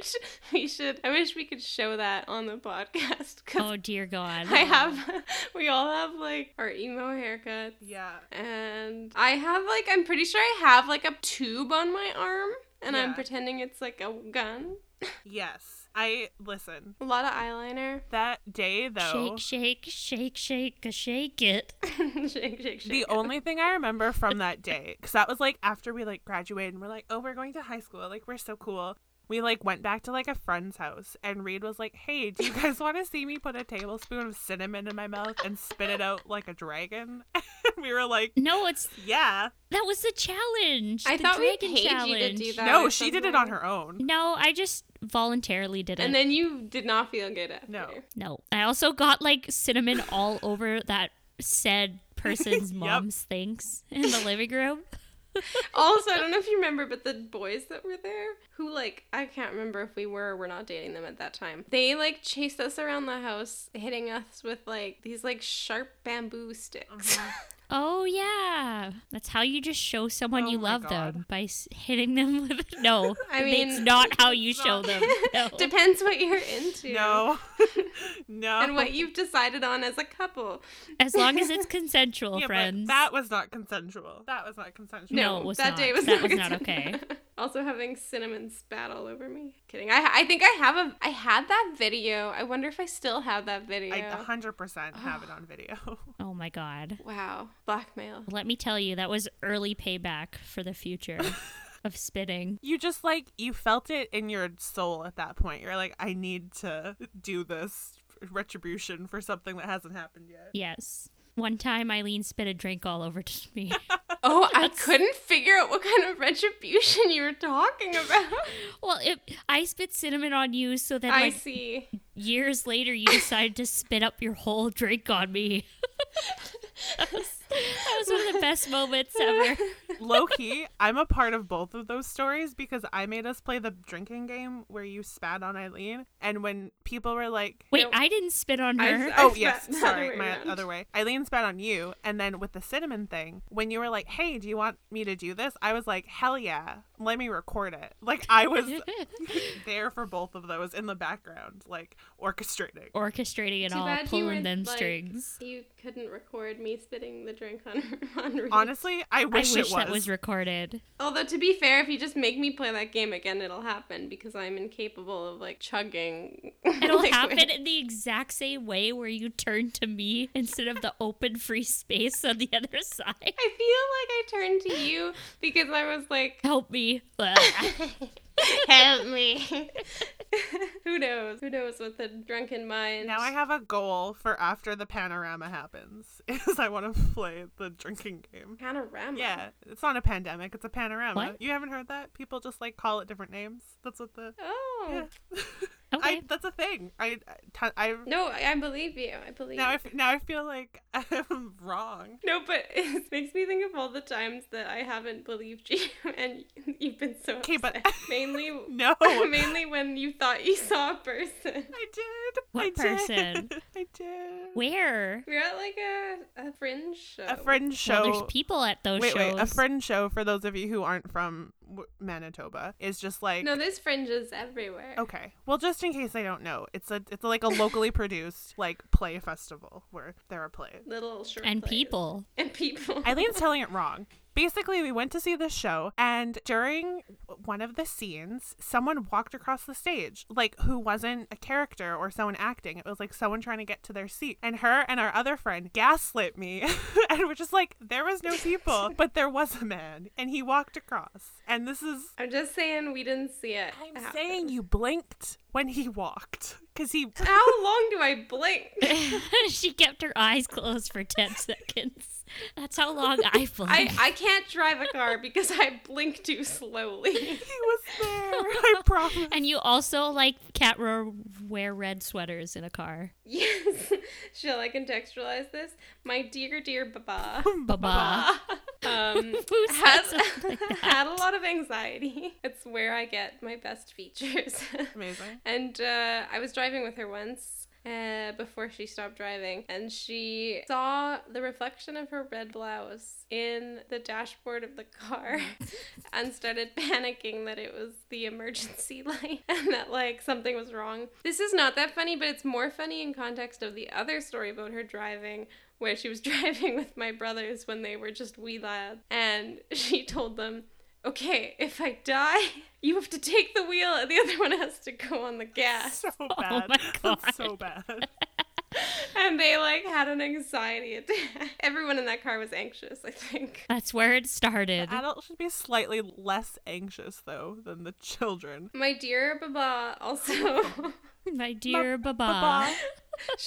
Speaker 5: We should. I wish we could show that on the podcast because
Speaker 4: oh dear God!
Speaker 5: <laughs> I have. <laughs> We all have like our emo haircut,
Speaker 3: yeah.
Speaker 5: and I have like. I'm pretty sure I have like a tube on my arm, and I'm
Speaker 3: Yeah.
Speaker 5: pretending it's like a gun.
Speaker 3: Yes. I listen.
Speaker 5: A lot of eyeliner. <laughs>
Speaker 3: That day though,
Speaker 4: Shake, shake, shake, shake, a shake it.
Speaker 5: shake, shake, shake.
Speaker 3: the only thing I remember from that day cuz that was like after we like graduated and we're like, "Oh, we're going to high school. Like we're so cool." We like went back to like a friend's house and Reed was like, "Hey, do you guys <laughs> want to see me put a tablespoon of cinnamon in my mouth and spit it out like a dragon?" <laughs> And we were like,
Speaker 4: No, it's
Speaker 3: "Yeah."
Speaker 4: That was the challenge.
Speaker 5: I
Speaker 4: the
Speaker 5: thought we
Speaker 4: dragon
Speaker 5: paid you to
Speaker 4: challenge.
Speaker 5: do that.
Speaker 3: No,
Speaker 5: or
Speaker 3: she did it
Speaker 5: something.
Speaker 3: on her own.
Speaker 4: No, I just voluntarily did it.
Speaker 5: And then you did not feel good after.
Speaker 3: No.
Speaker 4: no, I also got like cinnamon all over that
Speaker 5: <laughs>
Speaker 4: said person's mom's things in the living room.
Speaker 5: Also, I don't know if you remember, but the boys that were there, who like I can't remember if we were or were not dating them at that time, they like chased us around the house, hitting us with like these like sharp bamboo sticks.
Speaker 3: Uh-huh.
Speaker 4: Oh yeah, that's how you just show someone
Speaker 3: Oh
Speaker 4: you
Speaker 3: my
Speaker 4: love
Speaker 3: God.
Speaker 4: them by s- hitting them <laughs> with. No,
Speaker 5: <laughs> I mean-
Speaker 4: it's not
Speaker 5: <laughs>
Speaker 4: how you show them. No.
Speaker 5: Depends what you're into.
Speaker 3: No.
Speaker 5: <laughs>
Speaker 3: no.
Speaker 5: And what you've decided on as a couple.
Speaker 4: as long as it's
Speaker 3: <laughs>
Speaker 4: consensual,
Speaker 5: <laughs>
Speaker 3: Yeah, but
Speaker 4: friends.
Speaker 3: that was not consensual. That was not consensual.
Speaker 4: No, it was
Speaker 5: that
Speaker 4: not.
Speaker 5: day was
Speaker 4: That
Speaker 5: not,
Speaker 4: was not
Speaker 5: good.
Speaker 4: okay.
Speaker 5: <laughs> also, having cinnamon spat all over me. Kidding. I I think I have a I had that video. I wonder if I still have that video.
Speaker 3: I 100% have
Speaker 5: Ah.
Speaker 3: it on video. <laughs>
Speaker 4: oh my god.
Speaker 5: wow, blackmail.
Speaker 4: Let me tell you, that was early payback for the future
Speaker 5: <laughs>
Speaker 4: of spitting.
Speaker 3: You just like, you felt it in your soul at that point. You're like, I need to do this retribution for something that hasn't happened
Speaker 5: <laughs>
Speaker 3: yet.
Speaker 4: Yes. One time Eileen spit a drink all over to me. <laughs>
Speaker 5: Oh, I couldn't figure out what kind of retribution you were talking about.
Speaker 4: well, it, I spit cinnamon on you so that
Speaker 5: I
Speaker 4: like
Speaker 5: see.
Speaker 4: years later you decided to spit up your whole <laughs> drink on me. that, was, that was one of the best moments ever.
Speaker 3: low key, I'm a part of both of those stories because I made us play the drinking game where you spat on Eileen. And when people were like,
Speaker 4: Wait, I didn't spit on
Speaker 5: I-
Speaker 4: her.
Speaker 5: I-
Speaker 3: Oh
Speaker 5: spat
Speaker 3: yes,
Speaker 5: the other
Speaker 3: sorry,
Speaker 5: way
Speaker 3: my
Speaker 5: around.
Speaker 3: other way. Eileen spat on you, and then with the cinnamon thing, when you were like, "Hey, do you want me to do this?" I was like, "Hell yeah, let me record it." Like I was
Speaker 5: <laughs>
Speaker 3: there for both of those in the background, like orchestrating.
Speaker 4: Orchestrating it
Speaker 5: Too
Speaker 4: all,
Speaker 5: bad you
Speaker 4: pulling
Speaker 5: weren't,
Speaker 4: them
Speaker 5: like,
Speaker 4: strings.
Speaker 5: You couldn't record me spitting the drink on <laughs> on Reed.
Speaker 3: Honestly, I wish,
Speaker 4: I wish
Speaker 3: it was.
Speaker 4: that was
Speaker 5: <laughs>
Speaker 4: recorded.
Speaker 5: Although to be fair, if you just make me play that game again, it'll happen because I'm incapable of like chugging. <laughs>
Speaker 4: It'll
Speaker 5: liquid.
Speaker 4: happen in the exact same way where you turn to me instead of the open free space on the other <laughs> side.
Speaker 5: I feel like I turned to you because I was like,
Speaker 4: Help me.
Speaker 5: <laughs>
Speaker 4: Blah.
Speaker 5: help me. <laughs> Who knows? Who knows with the drunken mind?
Speaker 3: now I have a goal for after the panorama happens <laughs> is I want to play the drinking game.
Speaker 5: panorama.
Speaker 3: Yeah, it's not a pandemic, it's a panorama.
Speaker 4: What?
Speaker 3: You haven't heard that? People just like call it different names. That's what the
Speaker 5: Oh.
Speaker 3: Yeah. I,
Speaker 4: Okay.
Speaker 3: that's a thing. I I- I
Speaker 5: No, I I believe you. I believe.
Speaker 3: now I
Speaker 5: you.
Speaker 3: f- now I feel like <laughs> I'm wrong.
Speaker 5: No, but <laughs> it makes me think of all the times that I haven't believed you, <laughs> and you've been so
Speaker 3: Okay,
Speaker 5: upset.
Speaker 3: but- <laughs>
Speaker 5: mainly,
Speaker 4: <laughs>
Speaker 3: No, I
Speaker 5: <laughs> mainly when you thought you saw a person. <laughs>
Speaker 3: did.
Speaker 4: What
Speaker 3: I did.
Speaker 4: person?
Speaker 3: <laughs> I did.
Speaker 4: Where?
Speaker 5: We were at like a, a fringe show.
Speaker 3: A friend show.
Speaker 4: Well, there's people at those
Speaker 3: wait,
Speaker 4: shows.
Speaker 3: wait. A friend show for those of you who aren't from w- Manitoba is just like
Speaker 5: No, there's fringes everywhere.
Speaker 3: Okay. Well, just in case I don't know, it's a it's like a locally produced like play festival where there are plays.
Speaker 5: Little short
Speaker 4: and
Speaker 5: plays.
Speaker 4: people. <laughs>
Speaker 5: And people.
Speaker 3: Eileen's telling it wrong. Basically, we went to see this show, and during one of the scenes, someone walked across the stage, like who wasn't a character or someone acting. It was like someone trying to get to their seat. And her and our other friend gaslit me, <laughs> and we're just like, there was no <laughs> people, but there was a man, and he walked across. And this is.
Speaker 5: <laughs> I'm just saying we didn't see it.
Speaker 3: I'm
Speaker 5: happen.
Speaker 3: saying you blinked when he walked, because <laughs> he.
Speaker 5: How long do I blink?
Speaker 3: <laughs>
Speaker 4: she kept her eyes closed for 10 <laughs> seconds. That's how long
Speaker 3: <laughs>
Speaker 4: I blinked.
Speaker 5: I, I can't drive a car because I blink too slowly. <laughs>
Speaker 3: He was there, I promise.
Speaker 4: and you also like cat roar wear red sweaters in a car.
Speaker 5: Yes. <laughs> Shall I contextualize this? My dear, dear Baba.
Speaker 4: Baba. <laughs>
Speaker 5: um,
Speaker 4: Who says
Speaker 5: has
Speaker 4: something like
Speaker 5: <laughs> had a lot of anxiety. It's where I get my best features.
Speaker 3: Amazing.
Speaker 5: <laughs> and uh, I was driving with her once. Uh, before she stopped driving, and she saw the reflection of her red blouse in the dashboard of the car and started panicking that it was the emergency <laughs> light and that like something was wrong. This is not that funny, but it's more funny in context of the other story about her driving where she was <laughs> driving with my brothers when they were just wee lads, and <laughs> she told them, "Okay, if I die, <laughs> you have to take the wheel, and the other one has to go on the gas."
Speaker 4: <laughs>
Speaker 3: So bad.
Speaker 4: my
Speaker 3: That's so
Speaker 4: God.
Speaker 3: bad.
Speaker 5: And they like had an anxiety attack. <laughs> Everyone in that car was anxious, I think.
Speaker 4: <laughs> That's where it started.
Speaker 3: Adults should be slightly less anxious though than the children.
Speaker 5: My dear Baba also. <laughs>
Speaker 4: My dear Baba.
Speaker 3: Baba.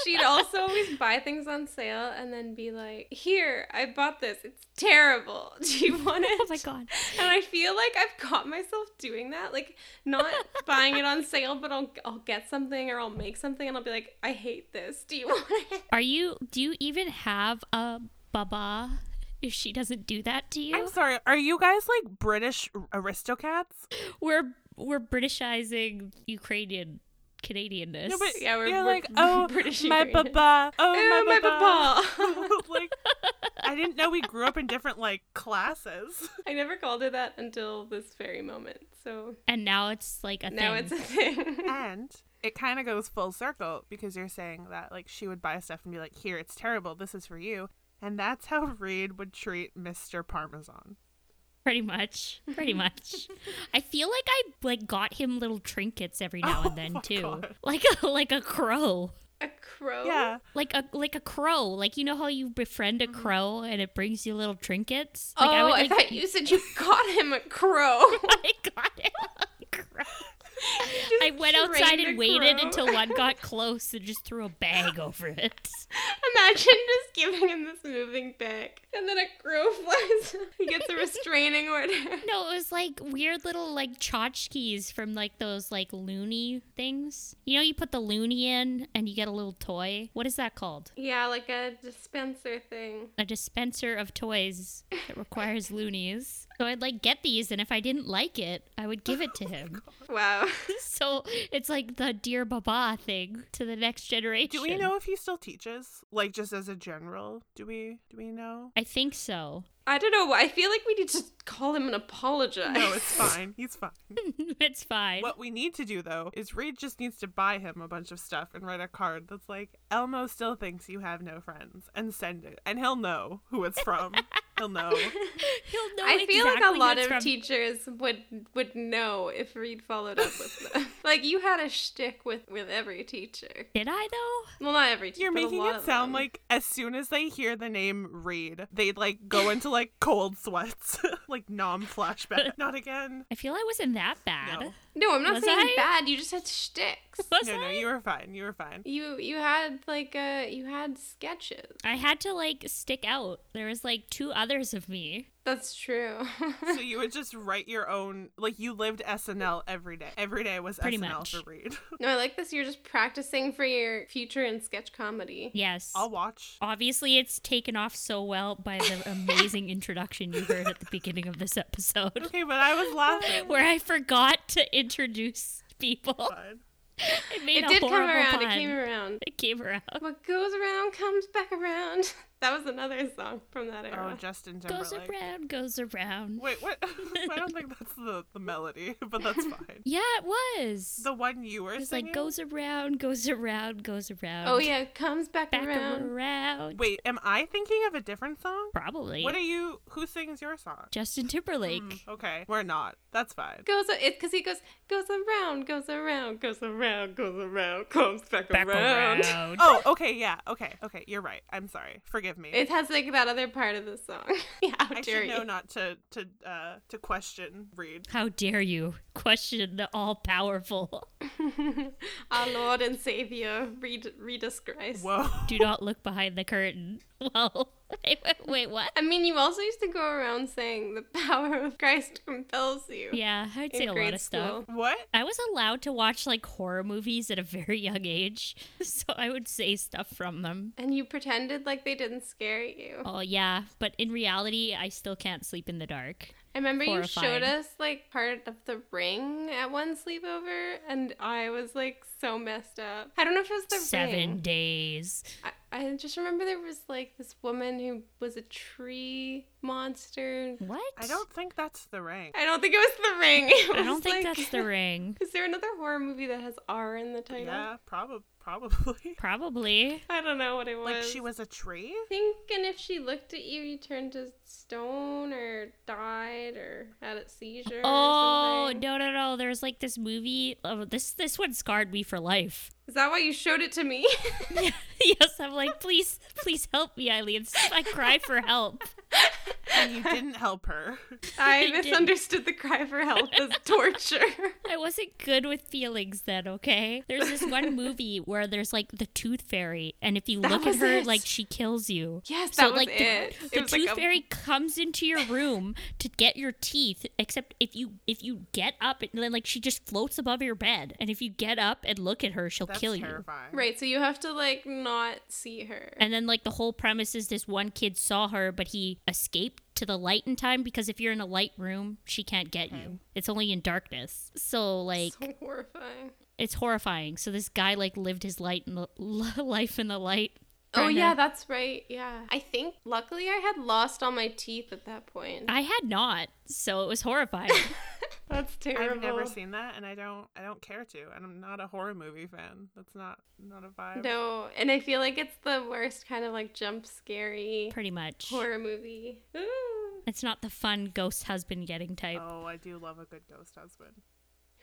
Speaker 5: She'd also always buy things on sale and then be like, Here, I bought this. It's terrible. <laughs> Do you want it?
Speaker 4: Oh my god.
Speaker 5: And I feel like I've caught myself doing that. Like, not buying it on sale, but I'll, I'll get something or I'll make something and I'll be like, I hate this. Do you <laughs> want it?
Speaker 4: Are you do you even have a Baba if she doesn't do that to you?
Speaker 3: I'm sorry. Are you guys like British aristocrats?
Speaker 4: we're we're Britishizing Ukrainian Canadianness.
Speaker 3: No,
Speaker 4: <laughs>
Speaker 3: but
Speaker 5: Yeah, we're-
Speaker 3: you're <laughs>
Speaker 5: we're
Speaker 3: like, oh,
Speaker 5: <laughs> British
Speaker 3: my
Speaker 5: Ukrainian."
Speaker 3: baba, oh,
Speaker 5: Oh,
Speaker 3: my
Speaker 5: my
Speaker 3: baba. <laughs>
Speaker 5: baba.
Speaker 3: like, I didn't know we grew up in different like classes.
Speaker 5: I never called her that until this very moment. So
Speaker 4: and now it's like a
Speaker 5: now
Speaker 4: thing.
Speaker 5: it's a thing. <laughs>
Speaker 3: And it kind of goes full circle because you're saying that like she would buy stuff and be like, here, it's terrible. This is for you. And that's how Reed would treat Mr. Parmesan.
Speaker 4: pretty much.
Speaker 5: <laughs>
Speaker 4: Pretty much. I feel like I like got him little trinkets every now
Speaker 3: Oh
Speaker 4: and then
Speaker 3: my
Speaker 4: too.
Speaker 3: God.
Speaker 4: Like <laughs> a like a crow.
Speaker 5: a crow?
Speaker 3: Yeah.
Speaker 4: Like a like a crow. Like you know how you befriend a crow and it brings you little trinkets? Like
Speaker 5: Mm-hmm. oh,
Speaker 4: like,
Speaker 5: I thought you said you <laughs> got him a <laughs> crow.
Speaker 4: <laughs> I got him a crow. I went outside
Speaker 5: trained
Speaker 4: and
Speaker 5: a
Speaker 4: waited
Speaker 5: crow.
Speaker 4: until one got close and just threw a bag over it.
Speaker 5: And <laughs> imagine just giving him this moving pick? And then a crow <laughs> flies. he gets a restraining order. <laughs>
Speaker 4: No, it was like weird little like tchotchkes from like those like loony things. You know, you put the loony in and you get a little toy. What is that called?
Speaker 5: Yeah, like a dispenser thing.
Speaker 4: A dispenser of toys that requires loonies. So I'd like get these, and if I didn't like it, I would give it to him.
Speaker 5: Wow.
Speaker 4: so it's like the dear Baba thing to the next generation.
Speaker 3: Do we know if he still teaches? Like just as a general, do we do we know?
Speaker 5: <laughs>
Speaker 4: I think so.
Speaker 5: <laughs>
Speaker 4: <laughs>
Speaker 5: I don't know. I feel like we need to call him and apologize.
Speaker 3: No, it's fine. He's fine.
Speaker 4: it's fine.
Speaker 3: What we need to do though is Reed just needs to buy him a bunch of stuff and write a card that's like Elmo still thinks you have no friends and send it, and he'll know who it's
Speaker 5: <laughs>
Speaker 3: from. he'll know.
Speaker 4: He'll know
Speaker 5: I feel
Speaker 4: exactly
Speaker 5: like a lot
Speaker 4: it's
Speaker 5: of
Speaker 4: from-
Speaker 5: teachers would would know if Reed followed up with them. <laughs> like you had a shtick with with every teacher.
Speaker 4: Did I though?
Speaker 5: Well, not every teacher.
Speaker 3: You're
Speaker 5: but a
Speaker 3: making it
Speaker 5: lot of
Speaker 3: sound
Speaker 5: them.
Speaker 3: like as soon as they hear the name Reed, they like go into like cold sweats, <laughs> like nom
Speaker 5: <laughs>
Speaker 3: flashback. Not again.
Speaker 4: I feel I wasn't that bad.
Speaker 3: No.
Speaker 5: No, I'm not
Speaker 4: Was
Speaker 5: saying
Speaker 4: I?
Speaker 5: bad. You just had shticks.
Speaker 4: Was
Speaker 3: No,
Speaker 4: I?
Speaker 3: no, you were fine. You were fine.
Speaker 5: You you had like uh you had sketches.
Speaker 4: I had to like stick out. There was like two others of me.
Speaker 5: That's true.
Speaker 4: <laughs>
Speaker 3: So you would just write your own, like you lived SNL every day. Every day was
Speaker 4: Pretty
Speaker 3: SNL
Speaker 4: much.
Speaker 3: for <laughs> Reed.
Speaker 5: <laughs> no, I like this. You're just practicing for your future in sketch comedy.
Speaker 4: Yes.
Speaker 3: I'll watch.
Speaker 4: Obviously, it's taken off so well
Speaker 3: <laughs>
Speaker 4: by the amazing introduction you heard at the beginning of this episode, <laughs>
Speaker 3: Okay, but I was laughing.
Speaker 4: where I forgot to introduce people.
Speaker 3: Fine.
Speaker 4: I made
Speaker 5: it
Speaker 4: a
Speaker 5: did come
Speaker 4: horrible
Speaker 5: around. It
Speaker 4: pun.
Speaker 5: came around.
Speaker 4: It came around.
Speaker 5: What goes around comes back around. <laughs> That was another song from that
Speaker 3: Oh,
Speaker 5: era.
Speaker 3: Justin Timberlake.
Speaker 4: Goes around, goes around.
Speaker 3: Wait, what? <laughs> I don't think that's the, the melody, <laughs> but
Speaker 4: <laughs>
Speaker 3: that's fine.
Speaker 4: Yeah, it was.
Speaker 3: The one you were
Speaker 4: it was
Speaker 3: singing.
Speaker 4: like goes around, goes around, goes around.
Speaker 5: Oh, yeah, comes back,
Speaker 4: back
Speaker 5: around.
Speaker 4: around.
Speaker 3: Wait, am I thinking of a different song?
Speaker 4: Probably.
Speaker 3: What are you? Mm, Who sings your song?
Speaker 4: Justin Timberlake.
Speaker 3: Okay, we're not. That's
Speaker 4: <laughs>
Speaker 3: fine.
Speaker 5: Goes it because he goes goes around, goes around, goes around, goes around, comes back,
Speaker 4: Back
Speaker 5: around.
Speaker 4: around.
Speaker 3: Oh, okay, yeah, okay, okay. You're right. I'm sorry. Forgive me.
Speaker 5: It has like that other part of the song. <laughs> yeah, how
Speaker 3: I
Speaker 5: dare
Speaker 3: should know
Speaker 5: you?
Speaker 3: not to to uh to question Reed.
Speaker 4: How dare you question the all powerful?
Speaker 5: Our Lord and Savior, read redisgrace.
Speaker 3: Whoa.
Speaker 4: <laughs>
Speaker 3: <laughs>
Speaker 4: Do not look behind the curtain. <laughs> Well, wait, wait, wait, what?
Speaker 5: I mean, you also used to go around saying the power of Christ compels you.
Speaker 4: Yeah, I'd
Speaker 5: in
Speaker 4: say a lot
Speaker 5: grade
Speaker 4: of stuff.
Speaker 5: school.
Speaker 3: What?
Speaker 4: I was allowed to watch like horror movies at a very young age, <laughs> so I would say stuff from them.
Speaker 5: And you pretended like they didn't scare you.
Speaker 4: Oh, yeah, but in reality, I still can't sleep in the dark.
Speaker 5: I remember you
Speaker 4: horrifying.
Speaker 5: showed us like part of the ring at one sleepover, and I was like so messed up. I don't know if it was the
Speaker 4: Seven
Speaker 5: ring.
Speaker 4: days.
Speaker 5: I, I just remember there was like this woman who was a tree monster.
Speaker 4: What?
Speaker 3: I don't think that's the ring.
Speaker 5: I don't think it was the ring. <laughs> It
Speaker 4: I don't
Speaker 5: was,
Speaker 4: think
Speaker 5: like-
Speaker 4: that's the ring.
Speaker 5: <laughs> Is there another horror movie that has R in the title?
Speaker 3: Yeah, probably probably. <laughs>
Speaker 4: Probably.
Speaker 5: I don't know what it was.
Speaker 3: Like she was a
Speaker 4: <laughs>
Speaker 3: tree?
Speaker 5: I think, and if she looked at you, you turned to stone or died or had a seizure. or
Speaker 4: Oh
Speaker 5: something.
Speaker 4: no no no! There's like this movie. Oh, this this one scarred me for life.
Speaker 5: Is that why you showed it to
Speaker 4: <laughs>
Speaker 5: me? <laughs>
Speaker 4: yes, I'm like, please, please help me, Eileen. I cry for help.
Speaker 3: And you didn't help
Speaker 4: <laughs>
Speaker 3: her.
Speaker 5: I
Speaker 4: didn't.
Speaker 5: misunderstood the cry for help
Speaker 4: <laughs>
Speaker 5: as torture.
Speaker 4: <laughs> I wasn't good with feelings then, okay? There's this one movie where there's like the tooth fairy, and if you
Speaker 5: That
Speaker 4: look at
Speaker 5: was
Speaker 4: her,
Speaker 5: it.
Speaker 4: like she kills you.
Speaker 5: <laughs> Yes,
Speaker 4: So
Speaker 5: that was
Speaker 4: like the,
Speaker 5: it.
Speaker 4: the
Speaker 5: it was
Speaker 4: tooth
Speaker 5: like a-
Speaker 4: fairy comes into your room to get your teeth, except if you if you get up and then like she just floats above your bed, and if you get up and look at her, she'll
Speaker 3: That's
Speaker 4: kill you.
Speaker 3: terrifying.
Speaker 5: Right, so you have to like not see her.
Speaker 4: And then like the whole premise is this one kid saw her, but he escaped to the light in time because if you're in a light room, she can't get you. It's only in darkness. So like
Speaker 5: so horrifying.
Speaker 4: it's horrifying. So this guy like lived his light in the <laughs> life in the light.
Speaker 5: Oh
Speaker 4: trying to-
Speaker 5: yeah, that's right. Yeah. I think luckily I had lost all my teeth at that point.
Speaker 4: I had not, so it
Speaker 3: <laughs>
Speaker 4: was horrifying.
Speaker 5: That's terrible.
Speaker 3: I've never seen that and I don't I don't care to. And I'm not a horror movie fan. That's not not a vibe.
Speaker 5: No, and I feel like it's the worst kind of like jump scary
Speaker 4: Pretty much.
Speaker 5: horror movie. Ooh.
Speaker 4: It's not the fun ghost husband getting type.
Speaker 3: Oh, I do love a good ghost husband.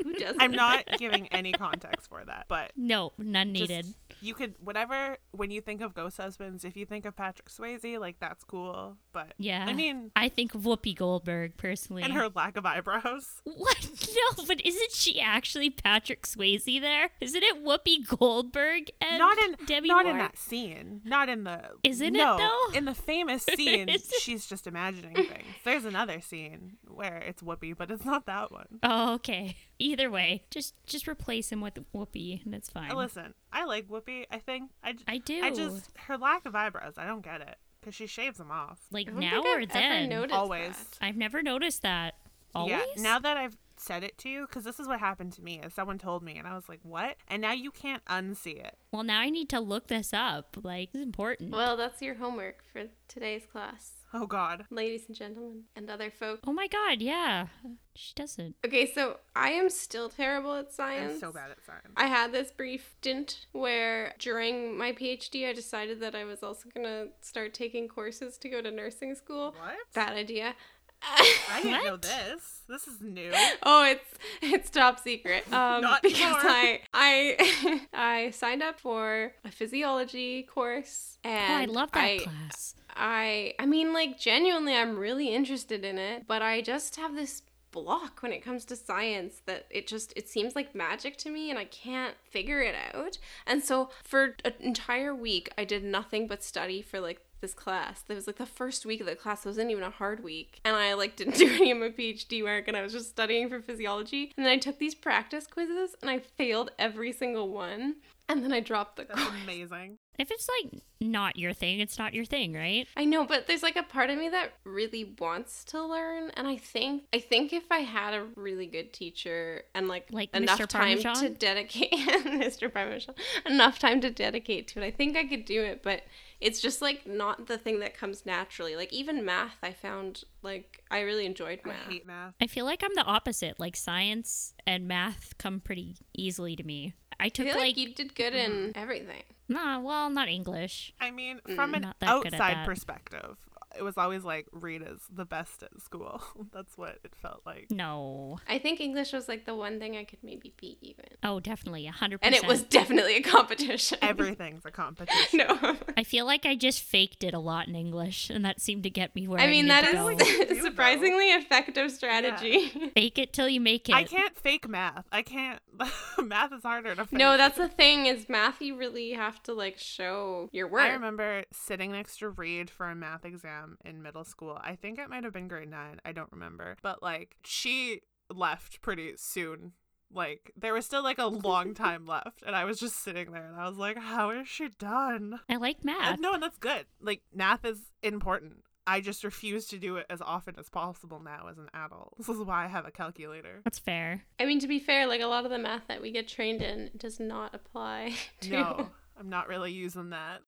Speaker 5: Who does?
Speaker 3: I'm
Speaker 4: <laughs>
Speaker 3: not giving any context for that, but
Speaker 4: No, none
Speaker 3: just-
Speaker 4: needed.
Speaker 3: you could whatever when you think of ghost husbands, if you think of Patrick Swayze, like that's cool, but
Speaker 4: yeah.
Speaker 3: I mean,
Speaker 4: I think of Whoopi Goldberg personally.
Speaker 3: and her lack of eyebrows.
Speaker 4: What? <laughs> No, but isn't she actually Patrick Swayze there? Isn't it Whoopi Goldberg and
Speaker 3: not in
Speaker 4: Debbie
Speaker 3: not in
Speaker 4: Moore?
Speaker 3: that scene. Not in the
Speaker 4: Isn't it,
Speaker 3: no,
Speaker 4: though?
Speaker 3: In the famous scene,
Speaker 4: Is <laughs> it?
Speaker 3: she's just imagining things. There's another scene where it's Whoopi, but it's not that one.
Speaker 4: Oh, okay. Either way, just just replace him with Whoopi, and it's fine.
Speaker 3: Listen, I like Whoopi. I think I, j-
Speaker 4: I do.
Speaker 3: I just her lack of eyebrows. I don't get it because she shaves them off.
Speaker 4: like
Speaker 5: I don't
Speaker 4: now
Speaker 5: think
Speaker 4: or
Speaker 5: I've Ever
Speaker 4: then.
Speaker 5: noticed
Speaker 3: Always.
Speaker 5: that.
Speaker 4: I've never noticed that. Always.
Speaker 3: Yeah. Now that I've said it to you, because this is what happened to me. Is someone told me, and I was like, "What?" And now you can't unsee it.
Speaker 4: well, now I need to look this up. Like it's important.
Speaker 5: Well, that's your homework for today's class,
Speaker 3: Oh God.
Speaker 5: ladies and gentlemen, and other folk.
Speaker 4: oh my God. Yeah. She doesn't.
Speaker 5: Okay, so I am still terrible at science.
Speaker 3: I'm so bad at science.
Speaker 5: I had this brief stint where during my PhD, I decided that I was also going to start taking courses to go to nursing school.
Speaker 3: What?
Speaker 5: Bad idea.
Speaker 3: I didn't know
Speaker 4: What?
Speaker 3: this. This is
Speaker 4: <laughs>
Speaker 3: new.
Speaker 5: <laughs> oh, it's it's top secret. Um,
Speaker 3: Not
Speaker 5: because
Speaker 3: anymore.
Speaker 5: I I <laughs> I signed up for a physiology course, and
Speaker 4: Oh, I love that
Speaker 5: I-
Speaker 4: class.
Speaker 5: I I mean like genuinely I'm really interested in it, but I just have this block when it comes to science that it just it seems like magic to me and I can't figure it out. And so for an entire week I did nothing but study for like this class. That was like the first week of the class. It wasn't even a hard week. And I like <laughs> didn't do any of my PhD work and I was just studying for physiology. And then I took these practice quizzes and I failed every single one. And then I dropped the
Speaker 3: That's
Speaker 5: course.
Speaker 3: amazing.
Speaker 4: If it's like not your thing, it's not your thing, right?
Speaker 5: I know, but there's like a part of me that really wants to learn, and I think I think if I had a really good teacher and like,
Speaker 4: Like
Speaker 5: enough
Speaker 4: Mr.
Speaker 5: time to
Speaker 4: Parmesan?
Speaker 5: dedicate <laughs> Mr. Parmesan enough time to dedicate to it, I think I could do it. But it's just like not the thing that comes naturally. Like even math, I found like I really enjoyed
Speaker 3: I
Speaker 5: math.
Speaker 3: hate math.
Speaker 4: I feel like I'm the opposite. Like science and math come pretty easily to me. I
Speaker 5: I
Speaker 4: took
Speaker 5: feel like,
Speaker 4: like,
Speaker 5: you did good in everything.
Speaker 4: nah, well, not English.
Speaker 3: I mean, from an
Speaker 4: Mm. Not that good at
Speaker 3: outside
Speaker 4: that.
Speaker 3: perspective, it was always like Rita's the best at school. <laughs> That's what it felt like.
Speaker 4: <laughs> No.
Speaker 5: I think English was like the one thing I could maybe beat even,
Speaker 4: Oh, definitely, a hundred
Speaker 5: and
Speaker 4: percent.
Speaker 5: it was definitely a competition.
Speaker 3: Everything's a competition.
Speaker 5: <laughs> no.
Speaker 4: I feel like I just faked it a lot in English, and that seemed to get me where I,
Speaker 5: I mean,
Speaker 4: needed
Speaker 5: that
Speaker 4: to go.
Speaker 5: <laughs>
Speaker 3: you do,
Speaker 5: is
Speaker 3: though.
Speaker 5: a surprisingly effective strategy.
Speaker 4: fake it till you make it.
Speaker 3: I can't fake math. I can't. <laughs> math is harder to fake.
Speaker 5: <laughs> No, that's the thing is math. You really have to like show your work.
Speaker 3: I remember sitting next to Reed for a math exam in middle school. I think it might have been grade nine. I don't remember. But like, she left pretty soon. Like, there was still like a
Speaker 5: <laughs>
Speaker 3: long time left. And I was just sitting there and I was like, how is she done?
Speaker 4: I like
Speaker 3: Uh,
Speaker 4: math.
Speaker 3: no, and that's good. Like math is important. I just refuse to do it as often as possible now as an adult. <laughs> This is why I have a
Speaker 4: <laughs>
Speaker 3: calculator.
Speaker 4: That's fair.
Speaker 5: I mean, to be fair, like a lot of the math that we get trained in does not apply. <laughs> To...
Speaker 3: No, I'm not really using that.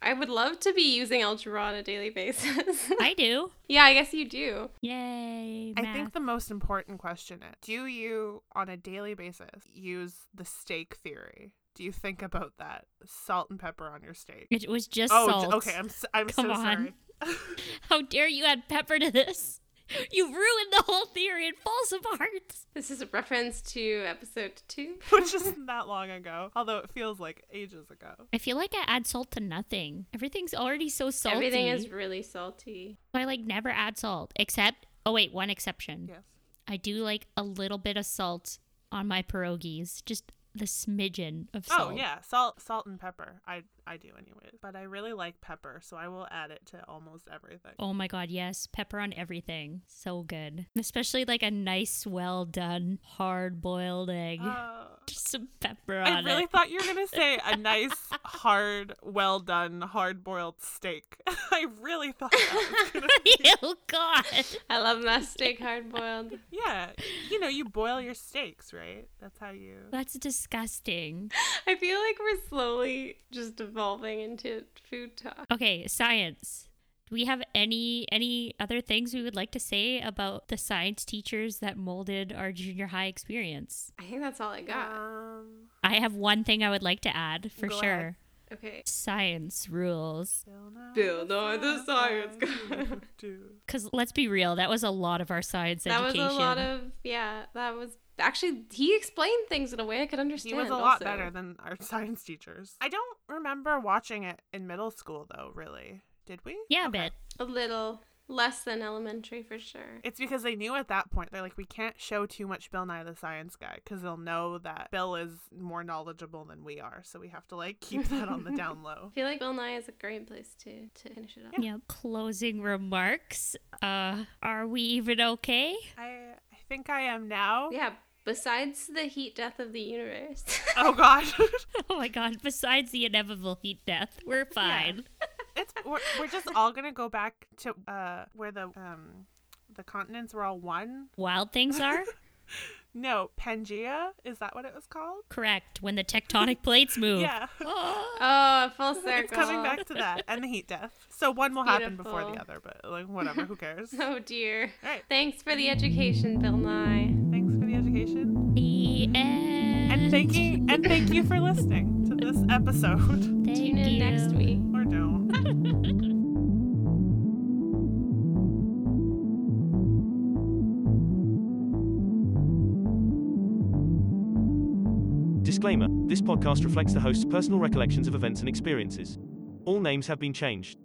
Speaker 5: I would love to be using algebra on a
Speaker 3: <laughs>
Speaker 5: daily basis.
Speaker 4: I do.
Speaker 5: yeah, I guess you do.
Speaker 4: Yay! Math.
Speaker 3: I think the most important question is do you, on a daily basis, use the steak theory? Do you think about that? Salt and pepper on your steak.
Speaker 4: it was just
Speaker 3: oh, j-
Speaker 4: salt.
Speaker 3: okay. I'm, s am
Speaker 4: Come
Speaker 3: so
Speaker 4: on.
Speaker 3: sorry. <laughs>
Speaker 4: How dare you add pepper to this? <laughs> You ruined the whole theory. It falls apart.
Speaker 5: This is a reference to episode two.
Speaker 3: Which isn't that long ago, although it feels like ages ago.
Speaker 4: I feel like I add salt to nothing. Everything's already so salty.
Speaker 5: Everything is really salty.
Speaker 4: I like never add salt, except. Oh wait, one exception.
Speaker 3: Yes.
Speaker 4: I do like a little bit of salt on my pierogies, just the smidgen of salt.
Speaker 3: Oh yeah, salt, salt and pepper. I I do anyways, but I really like pepper, so I will add it to almost everything.
Speaker 4: Oh my god, yes, pepper on everything. So good. Especially like a nice well done hard boiled egg.
Speaker 3: Uh,
Speaker 4: just some pepper
Speaker 3: I
Speaker 4: on <laughs>
Speaker 3: really
Speaker 4: it.
Speaker 3: thought you were gonna say
Speaker 4: <laughs>
Speaker 3: a nice, hard, well done, hard boiled steak. <laughs> I really thought
Speaker 4: <laughs>
Speaker 3: that was gonna.
Speaker 4: oh god.
Speaker 5: I love my steak hard boiled.
Speaker 3: Yeah, you know, you boil your steaks, right? That's how you.
Speaker 4: That's disgusting.
Speaker 5: I feel like we're slowly just evolving into food talk.
Speaker 4: Okay, science. Do we have any any other things we would like to say about the science teachers that molded our junior high experience?
Speaker 5: I think that's all I got.
Speaker 3: Um,
Speaker 4: I have one thing I would like to add for
Speaker 3: Go
Speaker 4: sure.
Speaker 3: ahead.
Speaker 5: Okay.
Speaker 4: Science rules.
Speaker 5: Build on the science.
Speaker 3: Do.
Speaker 5: <laughs>
Speaker 4: Because let's be real, that was a lot of our science
Speaker 5: That was
Speaker 4: education.
Speaker 5: a lot of yeah. That was Actually, he explained things in a way I could understand.
Speaker 3: He was a lot
Speaker 5: also.
Speaker 3: better than our <laughs> science teachers. I don't remember watching it in middle school, though, really. Did we?
Speaker 4: Yeah,
Speaker 3: Okay.
Speaker 4: a bit.
Speaker 5: A little less than elementary for sure.
Speaker 3: It's because they knew at that point, they're like, we can't show too much Bill Nye the Science Guy because they'll know that Bill is more knowledgeable than we are. So we have to, like, keep that on the down low.
Speaker 5: <laughs> I feel like Bill Nye is a great place to to finish it up.
Speaker 4: Yep. Closing remarks. Uh, are we even okay? <laughs>
Speaker 3: I, I think I am now.
Speaker 5: Yeah. Besides the heat death of the universe. <laughs>
Speaker 3: Oh, God.
Speaker 4: Oh my god, besides the inevitable heat death, we're fine.
Speaker 3: <laughs> it's we're, we're just all going to go back to uh, where the. Um, the continents were all one.
Speaker 4: Wild things are?
Speaker 3: No, Pangea is that what it was called?
Speaker 4: Correct. When the tectonic plates move.
Speaker 3: Yeah, <laughs>
Speaker 4: Oh,
Speaker 5: oh, full circle.
Speaker 3: it's coming back to that and the heat death. So one will happen before the
Speaker 5: Beautiful.
Speaker 3: other, but like whatever, who
Speaker 5: <laughs>
Speaker 3: cares?
Speaker 5: Oh dear.
Speaker 3: Alright.
Speaker 5: Thanks for the education, Bill Nye.
Speaker 3: Thanks for the education.
Speaker 4: the end.
Speaker 3: And thank you and thank you for listening to this episode. <laughs>
Speaker 4: Thank
Speaker 5: Tune in
Speaker 4: you.
Speaker 5: next week.
Speaker 3: Or don't.
Speaker 1: Disclaimer This podcast reflects the host's personal recollections of events and experiences. All names have been changed.